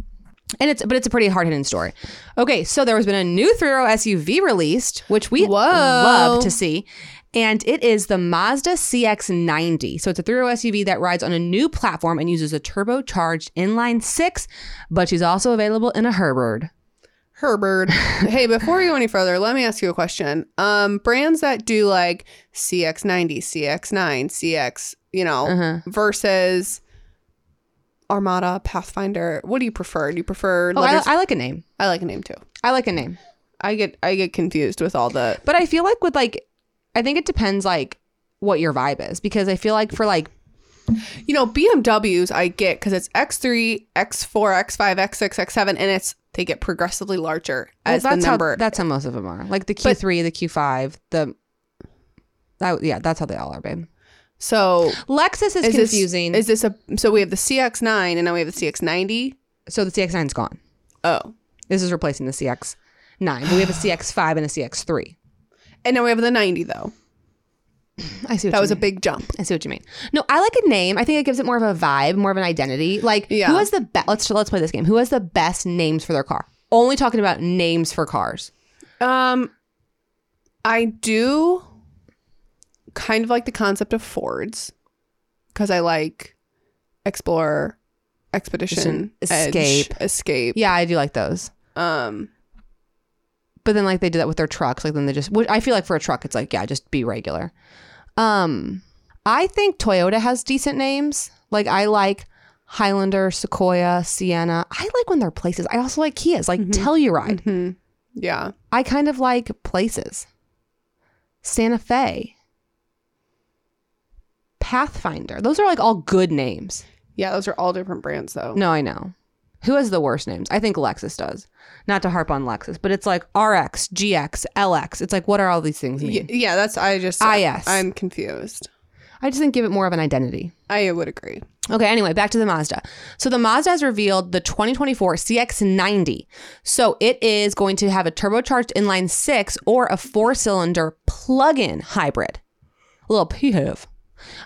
Speaker 2: And it's but it's a pretty hard hitting story. Okay, so there has been a new three row SUV released, which we love to see, and it is the Mazda CX90. So it's a three row SUV that rides on a new platform and uses a turbocharged inline six, but she's also available in a Herbert.
Speaker 3: [laughs] Herbert. hey, before we go any further, let me ask you a question. Um, brands that do like CX90, CX9, CX, you know, versus Armada, Pathfinder. What do you prefer? Do you prefer?
Speaker 2: Oh, I,
Speaker 3: letters- I,
Speaker 2: I like a name.
Speaker 3: like a name too.
Speaker 2: I like a name.
Speaker 3: I get I get confused with all the.
Speaker 2: But I feel like with like, I think it depends like what your vibe is because I feel like for like
Speaker 3: You know, BMWs I get because it's X3, X4, X5, X6, X7, and it's they get progressively larger as
Speaker 2: Well, oh, that's
Speaker 3: the number.
Speaker 2: How, that's how most of them are. Like the Q
Speaker 3: But-
Speaker 2: three, the Q five, the that, yeah, that's how they all are, babe.
Speaker 3: so
Speaker 2: Lexus is,
Speaker 3: is this-
Speaker 2: confusing.
Speaker 3: is this a so we have the CX9 and now we have the CX90?
Speaker 2: so the CX nine's gone.
Speaker 3: Oh,
Speaker 2: This is replacing the CX nine. But we have a CX five and a CX three.
Speaker 3: and now we have the 90 though.
Speaker 2: I see. What
Speaker 3: That
Speaker 2: you
Speaker 3: was a
Speaker 2: mean.
Speaker 3: big jump.
Speaker 2: I see what you mean. No, I like a name. I think it gives it more of a vibe, more of an identity. Like
Speaker 3: Yeah.
Speaker 2: who has the best? Let's let's play this game. Who has the best names for their car? Only talking about names for cars.
Speaker 3: Um, I do kind of like the concept of Fords because I like Explorer, Expedition,
Speaker 2: Expedition,
Speaker 3: Edge,
Speaker 2: Escape.
Speaker 3: Escape.
Speaker 2: Yeah, I do like those.
Speaker 3: Um,
Speaker 2: but then like they do that with their trucks like then they just which i feel like for a truck it's like yeah just be regular um i think toyota has decent names like i like highlander sequoia sienna i like when they're places i also like kias like telluride
Speaker 3: yeah.
Speaker 2: i kind of like places santa fe pathfinder those are like all good names
Speaker 3: Yeah, those are all different brands though.
Speaker 2: no i know who has the worst names i think lexus does not to harp on lexus but it's like rx gx lx it's like what are all these things mean?
Speaker 3: Y- yeah, that's I just
Speaker 2: IS.
Speaker 3: I'm confused.
Speaker 2: I just think give it more of an identity.
Speaker 3: I would agree.
Speaker 2: Okay, anyway, back to the Mazda. So the Mazda has revealed the 2024 CX90. So it is going to have a turbocharged inline six or a four cylinder plug in hybrid. A little PHEV.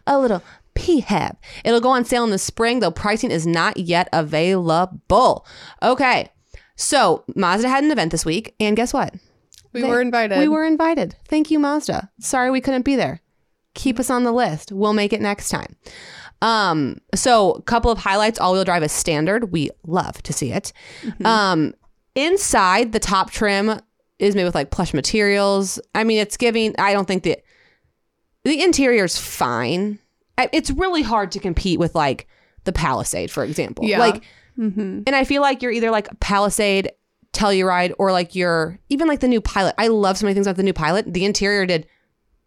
Speaker 2: A little E PHEV. It'll go on sale in the spring, though pricing is not yet available. Okay. So Mazda had an event this week, and guess what?
Speaker 3: We were invited.
Speaker 2: We were invited. Thank you, Mazda. Sorry we couldn't be there. Keep us on the list. We'll make it next time. Um, so a couple of highlights. All-wheel drive is standard. We love to see it. Um, inside the top trim is made with like plush materials. I mean, it's giving. I don't think that the interior's fine. I- It's really hard to compete with like the Palisade, for example.
Speaker 3: Yeah.
Speaker 2: Like, and I feel like you're either like Palisade, Telluride, or like you're even like the new Pilot. I love so many things about the new Pilot. The interior did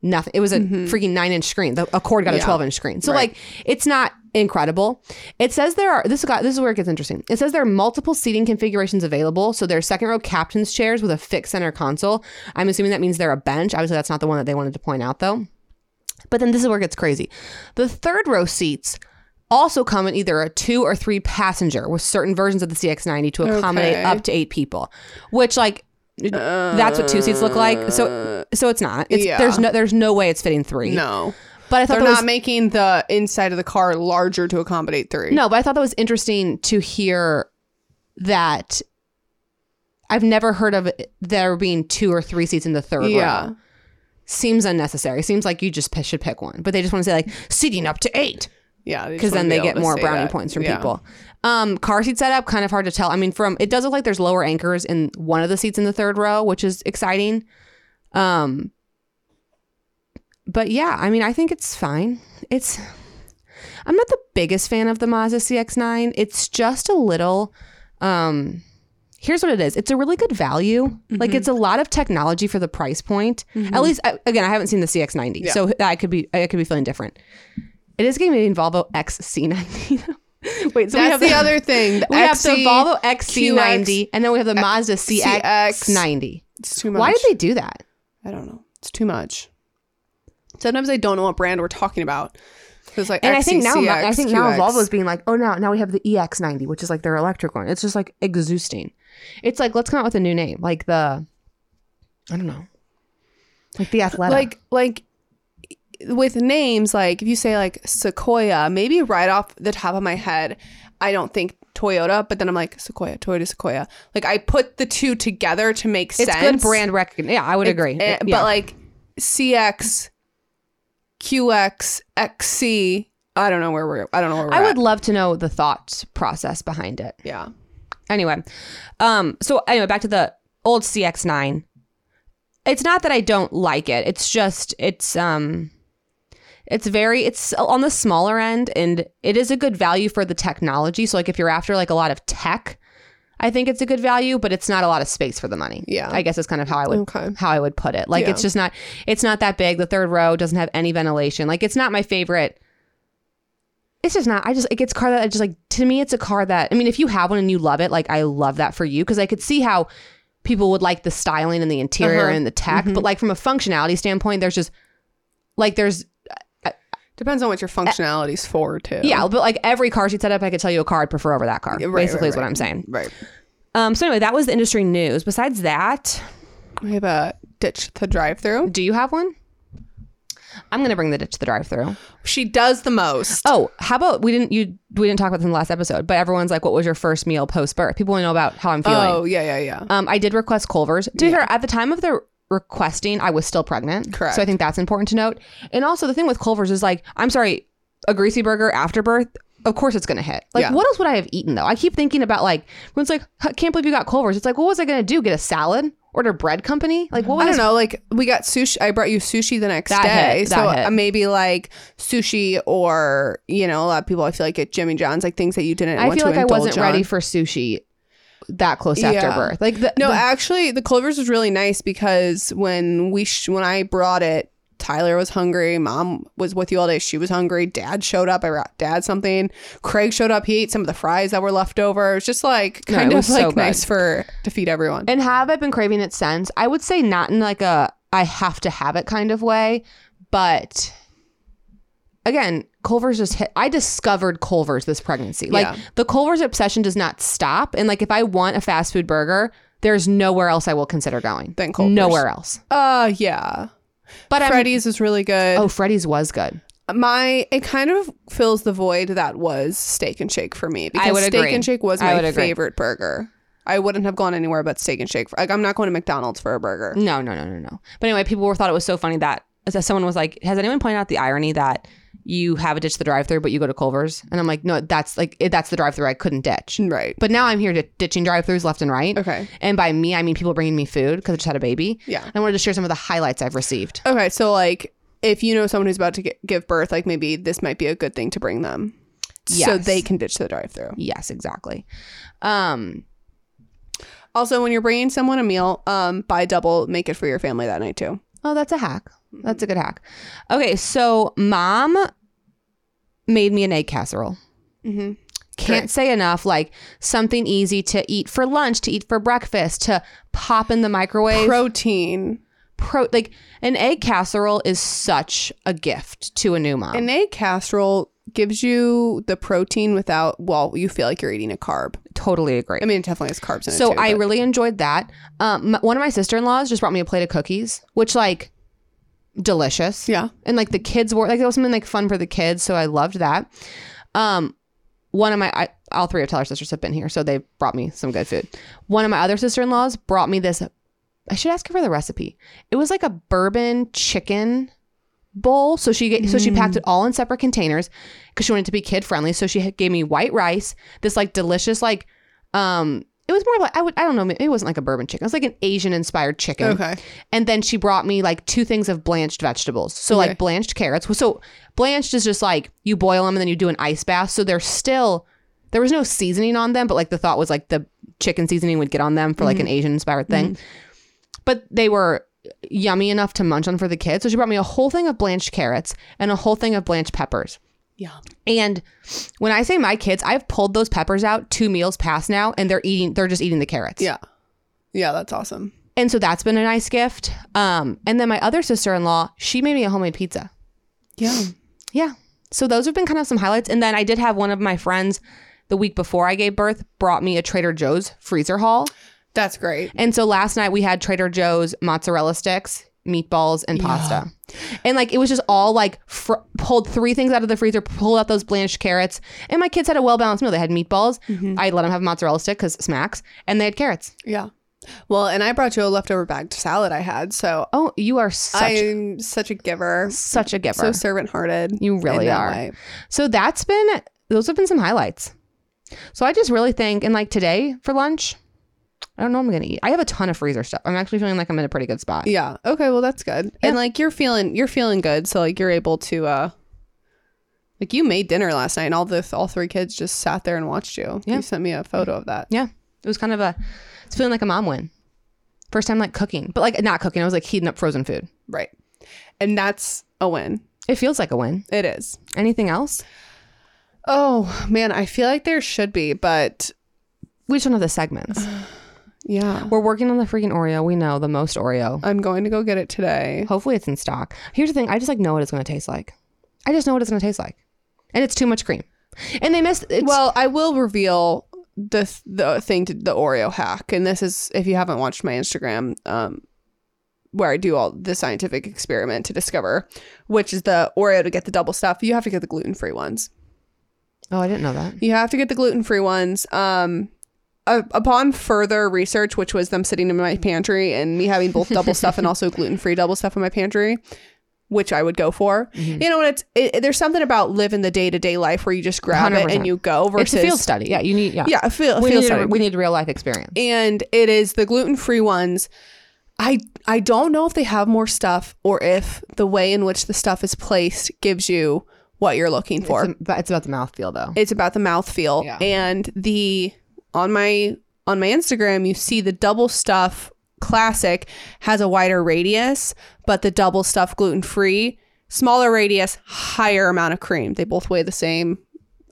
Speaker 2: nothing. It was a
Speaker 3: Mm-hmm.
Speaker 2: freaking nine inch screen. The Accord got a twelve inch screen. So like, it's not incredible. It says there are this got this is where it gets interesting. It says there are multiple seating configurations available. So there are second row captain's chairs with a fixed center console. I'm assuming that means they're a bench. Obviously, that's not the one that they wanted to point out though. But then this is where it gets crazy. The third row seats also come in either a two or three passenger with certain versions of the CX90 to accommodate
Speaker 3: Okay.
Speaker 2: up to eight people, which like that's what two seats look like. So so it's not. It's,
Speaker 3: Yeah.
Speaker 2: There's no there's no way it's fitting three.
Speaker 3: No.
Speaker 2: but I thought
Speaker 3: They're
Speaker 2: that
Speaker 3: not
Speaker 2: was,
Speaker 3: making the inside of the car larger to accommodate three.
Speaker 2: no, but I thought that was interesting to hear that. I've never heard of it- there being two or three seats in the third
Speaker 3: Yeah.
Speaker 2: row. Seems unnecessary. Seems like you just p- should pick one, but they just want to say like seating up to eight.
Speaker 3: Yeah.
Speaker 2: because then they get more brownie points from people. Um, car seat setup kind of hard to tell. I mean, from it does look like there's lower anchors in one of the seats in the third row, which is exciting. Um, but yeah, I mean, I think it's fine. It's I'm not the biggest fan of the Mazda CX-9. It's just a little. Um, here's what it is. It's a really good value. Like
Speaker 3: Mm-hmm.
Speaker 2: it's a lot of technology for the price point. At least I- again, I haven't seen the CX-90, so I could be I could be feeling different. It is going to be in Volvo XC90. [laughs] Wait, so we
Speaker 3: That's
Speaker 2: have
Speaker 3: the [laughs] other thing. The
Speaker 2: We have the
Speaker 3: XC,
Speaker 2: Volvo XC90, and then we have the Mazda CX90.
Speaker 3: It's too much.
Speaker 2: Why did they do that?
Speaker 3: I don't know. It's too much. Sometimes I don't know what brand we're talking about. It's like
Speaker 2: And I think now,
Speaker 3: XC,
Speaker 2: I think now
Speaker 3: QX.
Speaker 2: Volvo's being like, oh, now now we have the EX90, which is like their electric one. It's just like exhausting. It's like let's come out with a new name, like the, I don't know, like the Athleta.
Speaker 3: like like with names like if you say like Sequoia, maybe right off the top of my head, I don't think Toyota, but then I'm like Sequoia, Toyota Sequoia. Like I put the two together to make
Speaker 2: it's
Speaker 3: sense.
Speaker 2: good brand recognition. Yeah, I would agree.
Speaker 3: Eh,
Speaker 2: Yeah.
Speaker 3: But like CX, QX, XC, I don't know where we're. I don't know where we're.
Speaker 2: I
Speaker 3: at.
Speaker 2: would love to know the thought process behind it.
Speaker 3: Yeah.
Speaker 2: anyway um so anyway back to the old cx9 it's not that i don't like it it's just it's um it's very it's on the smaller end and it is a good value for the technology so like if you're after like a lot of tech i think it's a good value but it's not a lot of space for the money
Speaker 3: Yeah.
Speaker 2: i guess is kind of how i would
Speaker 3: Okay.
Speaker 2: how i would put it like it's just not it's not that big the third row doesn't have any ventilation like it's not my favorite it's just not. I just like it's a car that I just like. To me, it's a car that I mean, if you have one and you love it, like I love that for you because I could see how people would like the styling and the interior
Speaker 3: Uh-huh.
Speaker 2: and the tech,
Speaker 3: Mm-hmm.
Speaker 2: but like from a functionality standpoint, there's just like there's
Speaker 3: Depends on what your functionality's for too.
Speaker 2: yeah, but like every car seat setup, I could tell you a car I'd prefer over that car.
Speaker 3: right, right,
Speaker 2: basically, is what
Speaker 3: right.
Speaker 2: I'm saying.
Speaker 3: Right.
Speaker 2: Um. So anyway, that was the industry news. Besides that,
Speaker 3: We have a ditch the drive-through.
Speaker 2: do you have one? I'm gonna bring the ditch to the drive-through.
Speaker 3: She does the most.
Speaker 2: Oh, how about we didn't you we didn't talk about this in the last episode, but everyone's like, "What was your first meal post birth?" People want to know about how I'm feeling.
Speaker 3: Oh, yeah, yeah, yeah.
Speaker 2: Um, I did request Culver's. To be fair, at the time of the requesting, I was still pregnant.
Speaker 3: Correct.
Speaker 2: So I think that's important to note. And also, the thing with Culver's is like, I'm sorry, a greasy burger after birth. Of course, it's gonna hit. Like,
Speaker 3: Yeah.
Speaker 2: what else would I have eaten though? I keep thinking about like, everyone's like, "I can't believe you got Culver's. It's like, what was I gonna do? Get a salad? Order bread company? Like, what was
Speaker 3: I don't know. Like we got sushi. I brought you sushi the next
Speaker 2: That
Speaker 3: day,
Speaker 2: hit,
Speaker 3: so
Speaker 2: that hit.
Speaker 3: uh, maybe like sushi or you know a lot of people. I feel like at Jimmy John's, like things that you didn't.
Speaker 2: I
Speaker 3: want
Speaker 2: feel
Speaker 3: to
Speaker 2: like I
Speaker 3: indulge
Speaker 2: wasn't
Speaker 3: on.
Speaker 2: ready for sushi that close after
Speaker 3: Yeah.
Speaker 2: birth. Like, the,
Speaker 3: No,
Speaker 2: the-
Speaker 3: actually, the Culver's was really nice because when we sh- when I brought it, Tyler was hungry. Mom was with you all day. She was hungry. Dad showed up. I brought dad something. Craig showed up. He ate some of the fries that were left over. It was just like
Speaker 2: No,
Speaker 3: kind
Speaker 2: it
Speaker 3: of
Speaker 2: was so
Speaker 3: like
Speaker 2: good.
Speaker 3: nice for to feed everyone.
Speaker 2: And have I been craving it since? I would say not in like a I have to have it kind of way, but again, Culver's just hit. I discovered Culver's this pregnancy. Like
Speaker 3: Yeah.
Speaker 2: the Culver's obsession does not stop. And like if I want a fast food burger, there's nowhere else I will consider going.
Speaker 3: Than Culver's.
Speaker 2: Nowhere else.
Speaker 3: uh, yeah.
Speaker 2: But I'm
Speaker 3: Freddy's is really good.
Speaker 2: oh, Freddy's was good.
Speaker 3: my it kind of fills the void that was steak and shake for me because
Speaker 2: would
Speaker 3: steak
Speaker 2: agree.
Speaker 3: and shake was
Speaker 2: I
Speaker 3: my
Speaker 2: would agree.
Speaker 3: favorite burger I wouldn't have gone anywhere but Steak and Shake. Like I'm not going to McDonald's for a burger.
Speaker 2: No, no, no, no, no. But anyway, people were thought it was so funny that, that someone was like, "Has anyone pointed out the irony that you have a ditch the drive-through, but you go to Culver's?" And I'm like, "No, that's like it, that's the drive-through I couldn't ditch."
Speaker 3: Right.
Speaker 2: But now I'm here di- ditching drive-throughs left and right.
Speaker 3: Okay.
Speaker 2: And by me, I mean people bringing me food because I just had a baby.
Speaker 3: Yeah.
Speaker 2: I wanted to share some of the highlights I've received.
Speaker 3: Okay, so like if you know someone who's about to gi- give birth, like maybe this might be a good thing to bring them, so
Speaker 2: Yes.
Speaker 3: they can ditch the drive-through.
Speaker 2: Yes, exactly. Um,
Speaker 3: Also, when you're bringing someone a meal, um, buy double, make it for your family that night too.
Speaker 2: oh, that's a hack. That's a good hack. Okay, so mom made me an egg casserole.
Speaker 3: Mm-hmm.
Speaker 2: Can't
Speaker 3: Great.
Speaker 2: say enough. Like something easy to eat for lunch, to eat for breakfast, to pop in the microwave.
Speaker 3: Protein.
Speaker 2: Pro- like an egg casserole is such a gift to a new mom.
Speaker 3: An egg casserole gives you the protein without. Well, you feel like you're eating a carb.
Speaker 2: totally agree.
Speaker 3: I mean, it definitely has carbs in it.
Speaker 2: so
Speaker 3: too,
Speaker 2: I
Speaker 3: but-
Speaker 2: really enjoyed that. Um, m- one of my sister in laws just brought me a plate of cookies, which like delicious.
Speaker 3: yeah.
Speaker 2: and like the kids were like there was something like fun for the kids so i loved that um one of my I, all three of tyler's sisters have been here so they brought me some good food one of my other sister-in-laws brought me this i should ask her for the recipe it was like a bourbon chicken bowl so she get, so she packed
Speaker 3: Mm.
Speaker 2: it all in separate containers because she wanted it to be kid friendly so she had- gave me white rice this like delicious like um it was more like i would i don't know maybe it wasn't like a bourbon chicken it was like an asian inspired chicken
Speaker 3: Okay.
Speaker 2: and then she brought me like two things of blanched vegetables. So
Speaker 3: Okay.
Speaker 2: like blanched carrots. So blanched is just like you boil them and then you do an ice bath. So they're still there was no seasoning on them, but like the thought was like the chicken seasoning would get on them for like
Speaker 3: Mm.
Speaker 2: an Asian inspired thing. But they were yummy enough to munch on for the kids. So she brought me a whole thing of blanched carrots and a whole thing of blanched peppers.
Speaker 3: Yeah.
Speaker 2: And when I say my kids, I've pulled those peppers out two meals past now and they're eating they're just eating the carrots.
Speaker 3: Yeah. Yeah. That's awesome.
Speaker 2: And so that's been a nice gift. Um, and then my other sister in law, she made me a homemade pizza.
Speaker 3: Yeah.
Speaker 2: Yeah. So those have been kind of some highlights. And then I did have one of my friends the week before I gave birth brought me a Trader Joe's freezer haul.
Speaker 3: That's great.
Speaker 2: And so last night we had Trader Joe's mozzarella sticks, meatballs, and pasta. And like it was just all like fr- pulled three things out of the freezer, pulled out those blanched carrots. And my kids had a well balanced meal. They had meatballs. I let them have mozzarella stick because smacks, and they had carrots.
Speaker 3: Yeah. Well, and I brought you a leftover bag salad I had, so
Speaker 2: Oh, you are such
Speaker 3: I'm such a giver,
Speaker 2: such a giver.
Speaker 3: so servant hearted.
Speaker 2: You really are. So that's been those have been some highlights. So I just really think, and like today for lunch, I don't know what I'm gonna eat. I have a ton of freezer stuff. I'm actually feeling like I'm in a pretty good spot.
Speaker 3: Yeah. Okay. Well, that's good. And like you're feeling, you're feeling good, so like you're able to, uh like you made dinner last night, and all the all three kids just sat there and watched you. You sent me a photo of that.
Speaker 2: Yeah, it was kind of a it's feeling like a mom win. First time like cooking, but like not cooking. I was like heating up frozen food.
Speaker 3: Right. And that's a win.
Speaker 2: It feels like a win.
Speaker 3: It is.
Speaker 2: Anything else?
Speaker 3: Oh man, I feel like there should be, but
Speaker 2: We just don't have the
Speaker 3: [sighs]
Speaker 2: segments.
Speaker 3: yeah,
Speaker 2: We're working on the freaking Oreo. We know the most Oreo.
Speaker 3: I'm going to go get it today.
Speaker 2: Hopefully it's in stock. Here's the thing. I just like know what it's gonna taste like. I just know what it's gonna taste like, and it's too much cream. And they missed. It's,
Speaker 3: Well, I will reveal the th- the thing to the Oreo hack, and this is if you haven't watched my Instagram, um, where I do all the scientific experiment to discover which is the Oreo to get the double stuff. You have to get the gluten free ones.
Speaker 2: oh, I didn't know that.
Speaker 3: You have to get the gluten free ones. Um, u- upon further research, which was them sitting in my pantry and me having both double stuff and also gluten free double stuff in my pantry, which I would go for. You know, and it's it, there's something about living the day to day life where you just grab it
Speaker 2: 100%.
Speaker 3: and you go versus
Speaker 2: it's a field study. Yeah, you need. Yeah,
Speaker 3: Yeah, a field,
Speaker 2: We
Speaker 3: field
Speaker 2: need,
Speaker 3: study.
Speaker 2: a, we need real life experience.
Speaker 3: and it is the gluten free ones. I I don't know if they have more stuff or if the way in which the stuff is placed gives you what you're looking for.
Speaker 2: it's, about, it's about the mouthfeel, though.
Speaker 3: It's about the mouthfeel
Speaker 2: Yeah.
Speaker 3: and the on my on my Instagram you see the double stuff classic has a wider radius, but the double stuff gluten free smaller radius, higher amount of cream. They both weigh the same.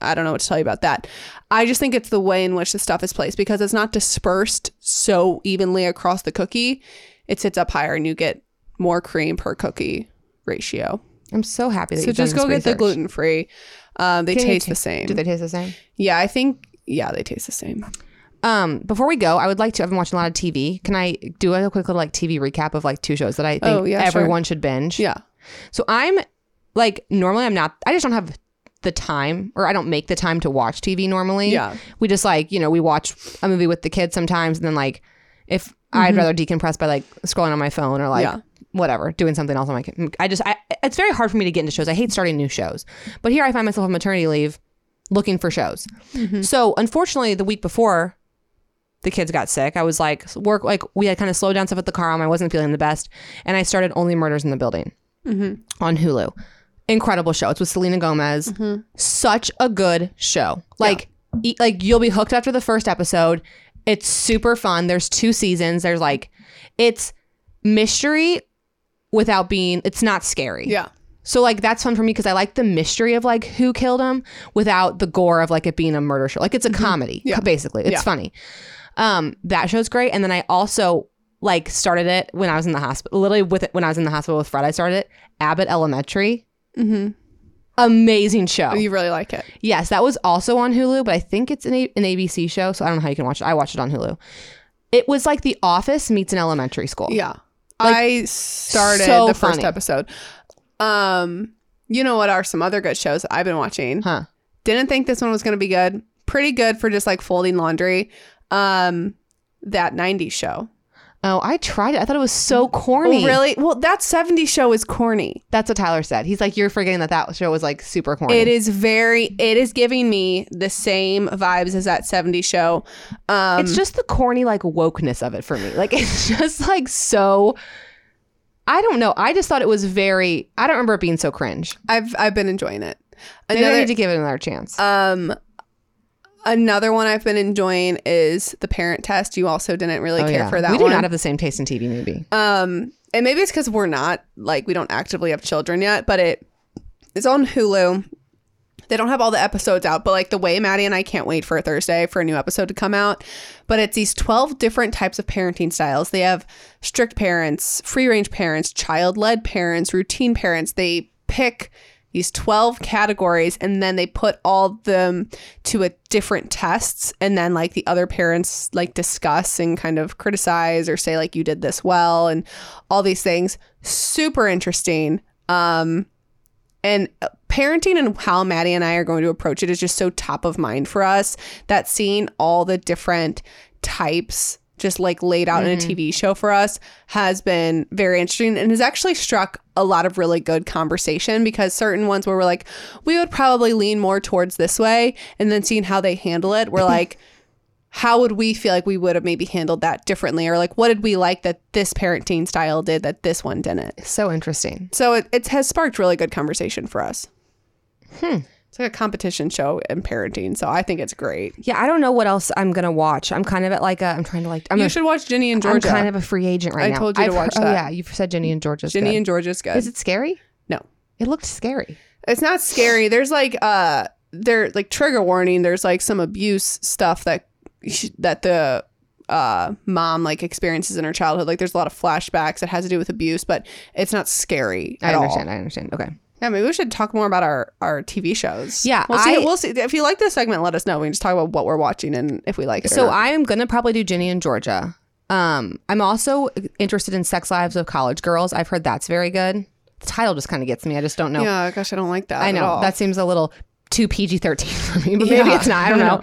Speaker 3: I don't know what to tell you about that. I just think it's the way in which the stuff is placed because it's not dispersed so evenly across the cookie. It sits up higher and you get more cream per cookie ratio.
Speaker 2: I'm so happy that
Speaker 3: So
Speaker 2: you've done
Speaker 3: just go
Speaker 2: this
Speaker 3: get the
Speaker 2: research.
Speaker 3: gluten free. Um, they
Speaker 2: Can you
Speaker 3: taste
Speaker 2: ta-
Speaker 3: the same.
Speaker 2: Do they taste the same?
Speaker 3: Yeah, I think yeah, they taste the same.
Speaker 2: Um, before we go, I would like to. I've been watching a lot of TV. Can I do a quick little like TV recap of like two shows that I think
Speaker 3: Oh, yeah, sure.
Speaker 2: everyone should binge?
Speaker 3: Yeah.
Speaker 2: So I'm like normally I'm not. I just don't have the time or I don't make the time to watch TV normally.
Speaker 3: Yeah.
Speaker 2: We just like, you know, we watch a movie with the kids sometimes and then like if I'd rather decompress by like scrolling on my phone or like
Speaker 3: Mm-hmm. Yeah.
Speaker 2: whatever, doing something else on my com- I just I it's very hard for me to get into shows. I hate starting new shows. But here I find myself on maternity leave looking for shows.
Speaker 3: Mm-hmm.
Speaker 2: So, unfortunately, the week before the kids got sick. I was like, work, like, we had kind of slowed down stuff at the car. I wasn't feeling the best. And I started Only Murders in the Building on Hulu. Incredible show. It's with Selena Gomez. Such a good show. Like, e- like you'll be hooked after the first episode. It's super fun. There's two seasons. There's like, it's mystery without being, it's not scary.
Speaker 3: Yeah.
Speaker 2: So like that's fun for me because I like the mystery of like who killed him without the gore of like it being a murder show. Like it's a comedy
Speaker 3: Mm-hmm. Yeah.
Speaker 2: basically. It's
Speaker 3: Yeah.
Speaker 2: funny. Um, that show's great. And then I also like started it when I was in the hospital. Literally with it when I was in the hospital with Fred, I started it. Abbott Elementary. Mm-hmm. Amazing show.
Speaker 3: You really like it.
Speaker 2: Yes, that was also on Hulu, but I think it's an, a- an ABC show, so I don't know how you can watch it. I watched it on Hulu. It was like The Office meets an elementary school.
Speaker 3: Yeah. I started
Speaker 2: so
Speaker 3: the first
Speaker 2: funny.
Speaker 3: episode. Um, you know what are some other good shows that I've been watching?
Speaker 2: Huh.
Speaker 3: Didn't think this one was going to be good. Pretty good for just like folding laundry. Um, that 90s show.
Speaker 2: Oh, I tried it. I thought it was so corny.
Speaker 3: Oh, really? Well, that 70s show is corny.
Speaker 2: That's what Tyler said. He's like, you're forgetting that that show was like super corny.
Speaker 3: It is very, it is giving me the same vibes as that 70s show. Um,
Speaker 2: It's just the corny like wokeness of it for me. Like [laughs] it's just like so. I don't know. I just thought it was very. I don't remember it being so cringe.
Speaker 3: I've, I've been enjoying it.
Speaker 2: Maybe I
Speaker 3: Another,
Speaker 2: need to give it another chance.
Speaker 3: Um, another one I've been enjoying is the Parent Test. You also didn't really
Speaker 2: Oh,
Speaker 3: care
Speaker 2: yeah.
Speaker 3: for that
Speaker 2: We do
Speaker 3: one.
Speaker 2: not have the same taste in TV. Maybe
Speaker 3: um, and maybe it's because we're not like we don't actively have children yet, but it it's on Hulu. They don't have all the episodes out, but like the way Maddie and I can't wait for Thursday for a new episode to come out. But it's these 12 different types of parenting styles. They have strict parents, free range parents, child led parents, routine parents. They pick these 12 categories and then they put all of them to a different tests and then like the other parents like discuss and kind of criticize or say like you did this well and all these things super interesting um and uh, parenting and how Maddie and I are going to approach it is just so top of mind for us that seeing all the different types just like laid out in a TV show for us has been very interesting and has actually struck a lot of really good conversation because certain ones where we're like, we would probably lean more towards this way. And then seeing how they handle it, we're like, how would we feel like we would have maybe handled that differently? Or like, what did we like that this parenting style did that this one didn't?
Speaker 2: so interesting.
Speaker 3: So it, it has sparked really good conversation for us.
Speaker 2: Hmm.
Speaker 3: It's like a competition show in parenting, so I think it's great.
Speaker 2: Yeah, I don't know what else I'm gonna watch. I'm kind of at like a. I'm trying to like. I'm,
Speaker 3: you
Speaker 2: a,
Speaker 3: should watch Ginny and Georgia.
Speaker 2: I'm kind of a free agent right
Speaker 3: I
Speaker 2: now.
Speaker 3: told you to watch
Speaker 2: Oh
Speaker 3: that.
Speaker 2: yeah, you've said Jenny and Georgia's.
Speaker 3: Ginny
Speaker 2: good.
Speaker 3: and Georgia's good.
Speaker 2: Is it scary?
Speaker 3: no,
Speaker 2: It looked scary.
Speaker 3: it's not scary. There's like uh, there like trigger warning. There's like some abuse stuff that that the uh mom like experiences in her childhood. Like there's a lot of flashbacks that has to do with abuse, but it's not scary
Speaker 2: I
Speaker 3: at all.
Speaker 2: understand. I understand. Okay.
Speaker 3: Yeah, maybe we should talk more about our our TV shows.
Speaker 2: Yeah,
Speaker 3: we'll see.
Speaker 2: I-
Speaker 3: we'll see. If you like this segment, let us know. We can just talk about what we're watching and if we like it. or
Speaker 2: So
Speaker 3: not.
Speaker 2: I am gonna probably do Ginny and Georgia. Um, I'm also interested in Sex Lives of College Girls. I've heard that's very good. The title just kind of gets me. I just don't know.
Speaker 3: yeah, gosh, I don't like that.
Speaker 2: I
Speaker 3: at
Speaker 2: know
Speaker 3: all.
Speaker 2: that seems a little too PG thirteen [laughs] for me, but maybe
Speaker 3: Yeah.
Speaker 2: it's not. I don't
Speaker 3: [laughs]
Speaker 2: know.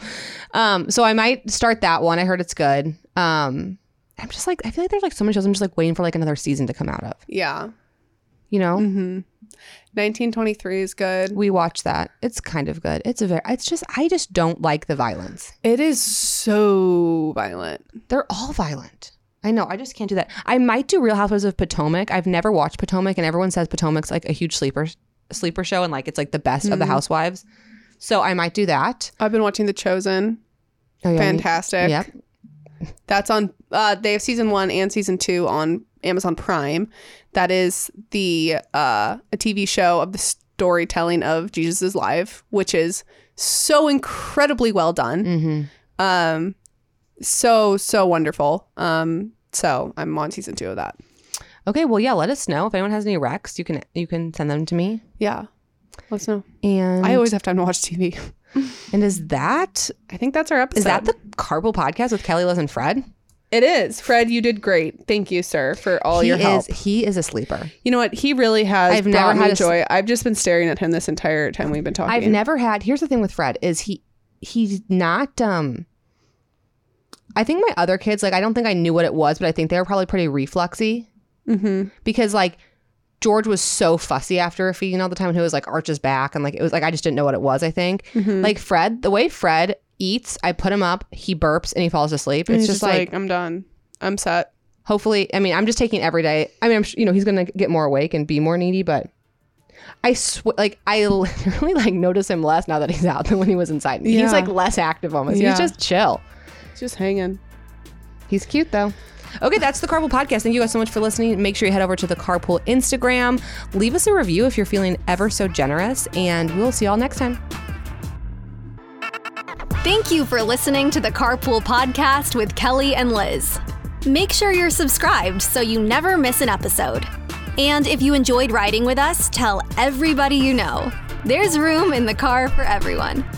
Speaker 2: Um, so I might start that one. I heard it's good. Um, I'm just like I feel like there's like so many shows I'm just like waiting for like another season to come out of.
Speaker 3: yeah.
Speaker 2: You know,
Speaker 3: Mm-hmm. 1923 is good.
Speaker 2: we watch that. It's kind of good. It's a very. It's just I just don't like the violence.
Speaker 3: It is so violent.
Speaker 2: They're all violent. I know. I just can't do that. I might do Real Housewives of Potomac. I've never watched Potomac, and everyone says Potomac's like a huge sleeper sleeper show, and like it's like the best of the
Speaker 3: Mm-hmm.
Speaker 2: housewives. So I might do that.
Speaker 3: I've been watching The Chosen.
Speaker 2: Oh, yeah, I need-
Speaker 3: Fantastic.
Speaker 2: Yep.
Speaker 3: That's on. Uh, they have season one and season two on Amazon Prime. That is the uh, a TV show of the storytelling of Jesus' life, which is so incredibly well done.
Speaker 2: Mm-hmm.
Speaker 3: Um, so so wonderful. Um, so I'm on season two of that.
Speaker 2: Okay, well, yeah. Let us know if anyone has any recs. You can you can send them to me.
Speaker 3: Yeah, let's know.
Speaker 2: And
Speaker 3: I always have time to watch TV.
Speaker 2: and is that
Speaker 3: [laughs] I think that's our episode.
Speaker 2: is that the Carpool podcast with Kelly, Liz, and Fred?
Speaker 3: It is. Fred, you did great. Thank you, sir, for all
Speaker 2: he
Speaker 3: your help.
Speaker 2: is he is a sleeper.
Speaker 3: You know what? He really has
Speaker 2: I've
Speaker 3: brought
Speaker 2: never
Speaker 3: me
Speaker 2: had a s-
Speaker 3: joy. I've just been staring at him this entire time we've been talking.
Speaker 2: I've never had. Here's the thing with Fred is he he's not. um I think my other kids like I don't think I knew what it was, but I think they were probably pretty refluxy
Speaker 3: Mm-hmm.
Speaker 2: because like George was so fussy after a feeding all the time, and he was like arches back, and like it was like I just didn't know what it was. I think like Fred, the way Fred eats, I put him up, he burps, and he falls asleep. It's
Speaker 3: It's
Speaker 2: just, like,
Speaker 3: I'm done. I'm set.
Speaker 2: hopefully, I mean, I'm just taking every day. I mean, I'm su- you know he's gonna get more awake and be more needy, but. I swear, like I [laughs] literally like notice him less now that he's out than when he was inside. me.
Speaker 3: Yeah.
Speaker 2: He's like less active almost.
Speaker 3: Yeah.
Speaker 2: He's just chill.
Speaker 3: Just hanging.
Speaker 2: He's cute though. Okay, that's the Carpool Podcast. Thank you guys so much for listening. Make sure you head over to the Carpool Instagram. Leave us a review if you're feeling ever so generous, and we'll see y'all next time.
Speaker 1: Thank you for listening to the Carpool Podcast with Kelly and Liz. Make sure you're subscribed so you never miss an episode. And if you enjoyed riding with us, tell everybody you know. There's room in the car for everyone.